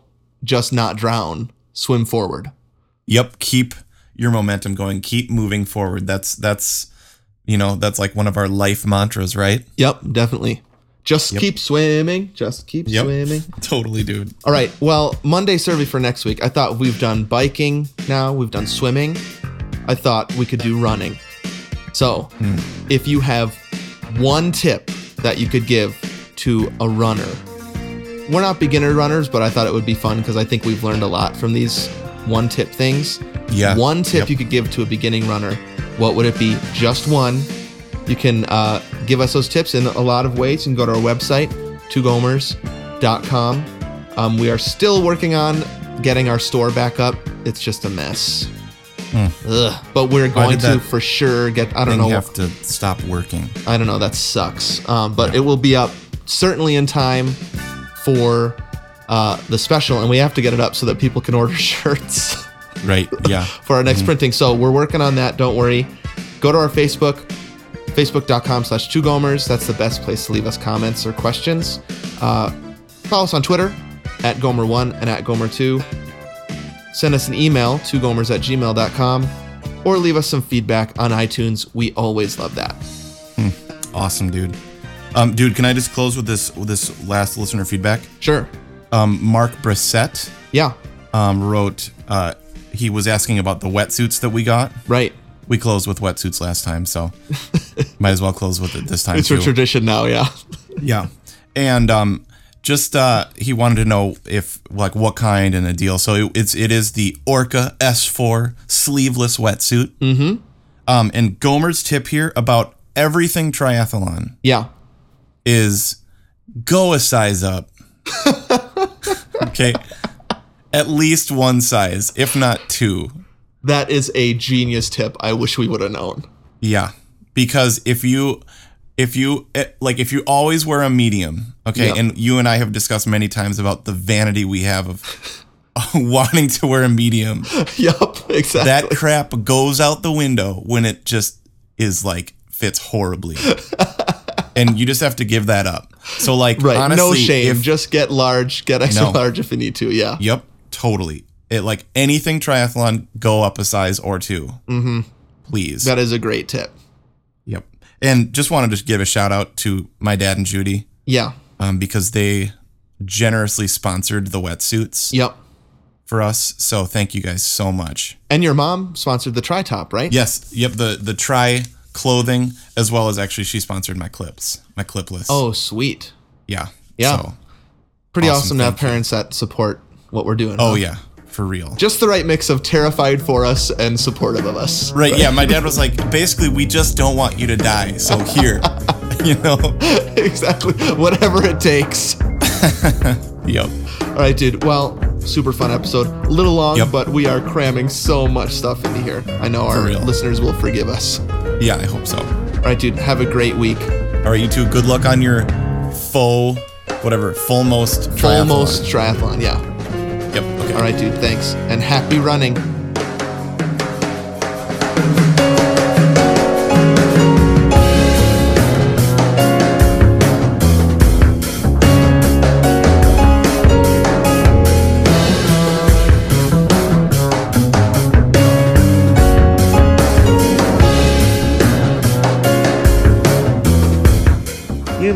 [SPEAKER 1] just not drown, swim forward.
[SPEAKER 2] Yep. Keep your momentum going. Keep moving forward. That's, that's, you know, that's like one of our life mantras, right?
[SPEAKER 1] Yep, definitely. Just keep swimming. Just keep
[SPEAKER 2] Yep.
[SPEAKER 1] swimming.
[SPEAKER 2] *laughs* Totally, dude.
[SPEAKER 1] All right. Well, Monday survey for next week. I thought we've done biking now, we've done swimming. I thought we could do running. So,
[SPEAKER 2] Hmm.
[SPEAKER 1] if you have one tip that you could give to a runner, we're not beginner runners, but I thought it would be fun because I think we've learned a lot from these one tip things.
[SPEAKER 2] Yeah.
[SPEAKER 1] One tip
[SPEAKER 2] Yep.
[SPEAKER 1] you could give to a beginning runner, what would it be? Just one. You can uh, give us those tips in a lot of ways. You can go to our website, twogomers.com. Um, we are still working on getting our store back up. It's just a mess. Ugh. But we're going
[SPEAKER 2] Hmm. did
[SPEAKER 1] to
[SPEAKER 2] that
[SPEAKER 1] for sure get. I don't
[SPEAKER 2] Then
[SPEAKER 1] know.
[SPEAKER 2] you have to stop working.
[SPEAKER 1] I don't know. That sucks. Um, but it will be up certainly in time for uh, the special, and we have to get it up so that people can order *laughs* shirts
[SPEAKER 2] Right.
[SPEAKER 1] *laughs*
[SPEAKER 2] Yeah.
[SPEAKER 1] for our next printing. So we're working on that. Don't worry. Go to our Facebook, facebook.com slash two gomers. That's the best place to leave us comments or questions. Uh, follow us on Twitter at gomer1 and at gomer2. Send us an email, two gomers at gmail.com, or leave us some feedback on iTunes. We always love that.
[SPEAKER 2] Awesome, dude. Um, dude, can I just close with this with this last listener feedback?
[SPEAKER 1] Sure.
[SPEAKER 2] Um, Mark Brissett
[SPEAKER 1] Yeah.
[SPEAKER 2] um, wrote. Uh, he was asking about the wetsuits that we got.
[SPEAKER 1] Right.
[SPEAKER 2] We closed with wetsuits last time, *laughs* so might as well close with it this time
[SPEAKER 1] It's
[SPEAKER 2] too.
[SPEAKER 1] our tradition now. Yeah. *laughs*
[SPEAKER 2] Yeah, and um, just uh, he wanted to know if like what kind and a deal. So it, it's it is the Orca S4 sleeveless wetsuit. Mm-hmm. Um, and Gomer's tip here about everything triathlon
[SPEAKER 1] Yeah.
[SPEAKER 2] is go a size *laughs* up. okay, at least one size, if not two.
[SPEAKER 1] That is a genius tip. I wish we would have known. *laughs*
[SPEAKER 2] Yeah, because if you if you eh, like if you always wear a medium, okay,
[SPEAKER 1] Yeah.
[SPEAKER 2] and you and I have discussed many times about the vanity we have of *laughs* wanting to wear a medium.
[SPEAKER 1] Yup. Exactly. *laughs*
[SPEAKER 2] That crap goes out the window when it just is like fits horribly. and you just have to give that up. So like
[SPEAKER 1] Right.
[SPEAKER 2] honestly,
[SPEAKER 1] no shame.
[SPEAKER 2] if-
[SPEAKER 1] just get large. Get extra
[SPEAKER 2] No.
[SPEAKER 1] large if you need to. Yeah.
[SPEAKER 2] yep, totally. It like anything triathlon go up a size or 2 Mm-hmm. Please.
[SPEAKER 1] That is a great tip.
[SPEAKER 2] Yep. And just wanted to give a shout out to my dad and Judy
[SPEAKER 1] Yeah.
[SPEAKER 2] um, because they generously sponsored the wetsuits
[SPEAKER 1] Yep.
[SPEAKER 2] for us. So thank you guys so much.
[SPEAKER 1] And your mom sponsored the tri top, right?
[SPEAKER 2] Yes. Yep. The the try clothing as well as actually she sponsored my clips, my clipless.
[SPEAKER 1] Oh, sweet.
[SPEAKER 2] yeah.
[SPEAKER 1] Yeah.
[SPEAKER 2] So,
[SPEAKER 1] Pretty awesome,
[SPEAKER 2] Awesome,
[SPEAKER 1] to have
[SPEAKER 2] thank you.
[SPEAKER 1] parents that support what we're doing.
[SPEAKER 2] oh
[SPEAKER 1] huh?
[SPEAKER 2] yeah, for real.
[SPEAKER 1] Just the right mix of terrified for us and supportive of us.
[SPEAKER 2] right. Yeah. My dad was like, basically, we just don't want you to die. So here, *laughs* you know.
[SPEAKER 1] *laughs* exactly. Whatever it takes.
[SPEAKER 2] Yep.
[SPEAKER 1] All right, dude. Well, super fun episode. A little long,
[SPEAKER 2] Yep.
[SPEAKER 1] but we are cramming so much stuff into here. I know our
[SPEAKER 2] real.
[SPEAKER 1] listeners will forgive us.
[SPEAKER 2] Yeah. I hope so.
[SPEAKER 1] All right, dude. Have a great week.
[SPEAKER 2] All right, you two. Good luck on your faux, whatever, fullmost. triathlon.
[SPEAKER 1] Almost triathlon. Yeah.
[SPEAKER 2] Yep. Okay.
[SPEAKER 1] All right, dude. Thanks. And happy running.
[SPEAKER 3] You've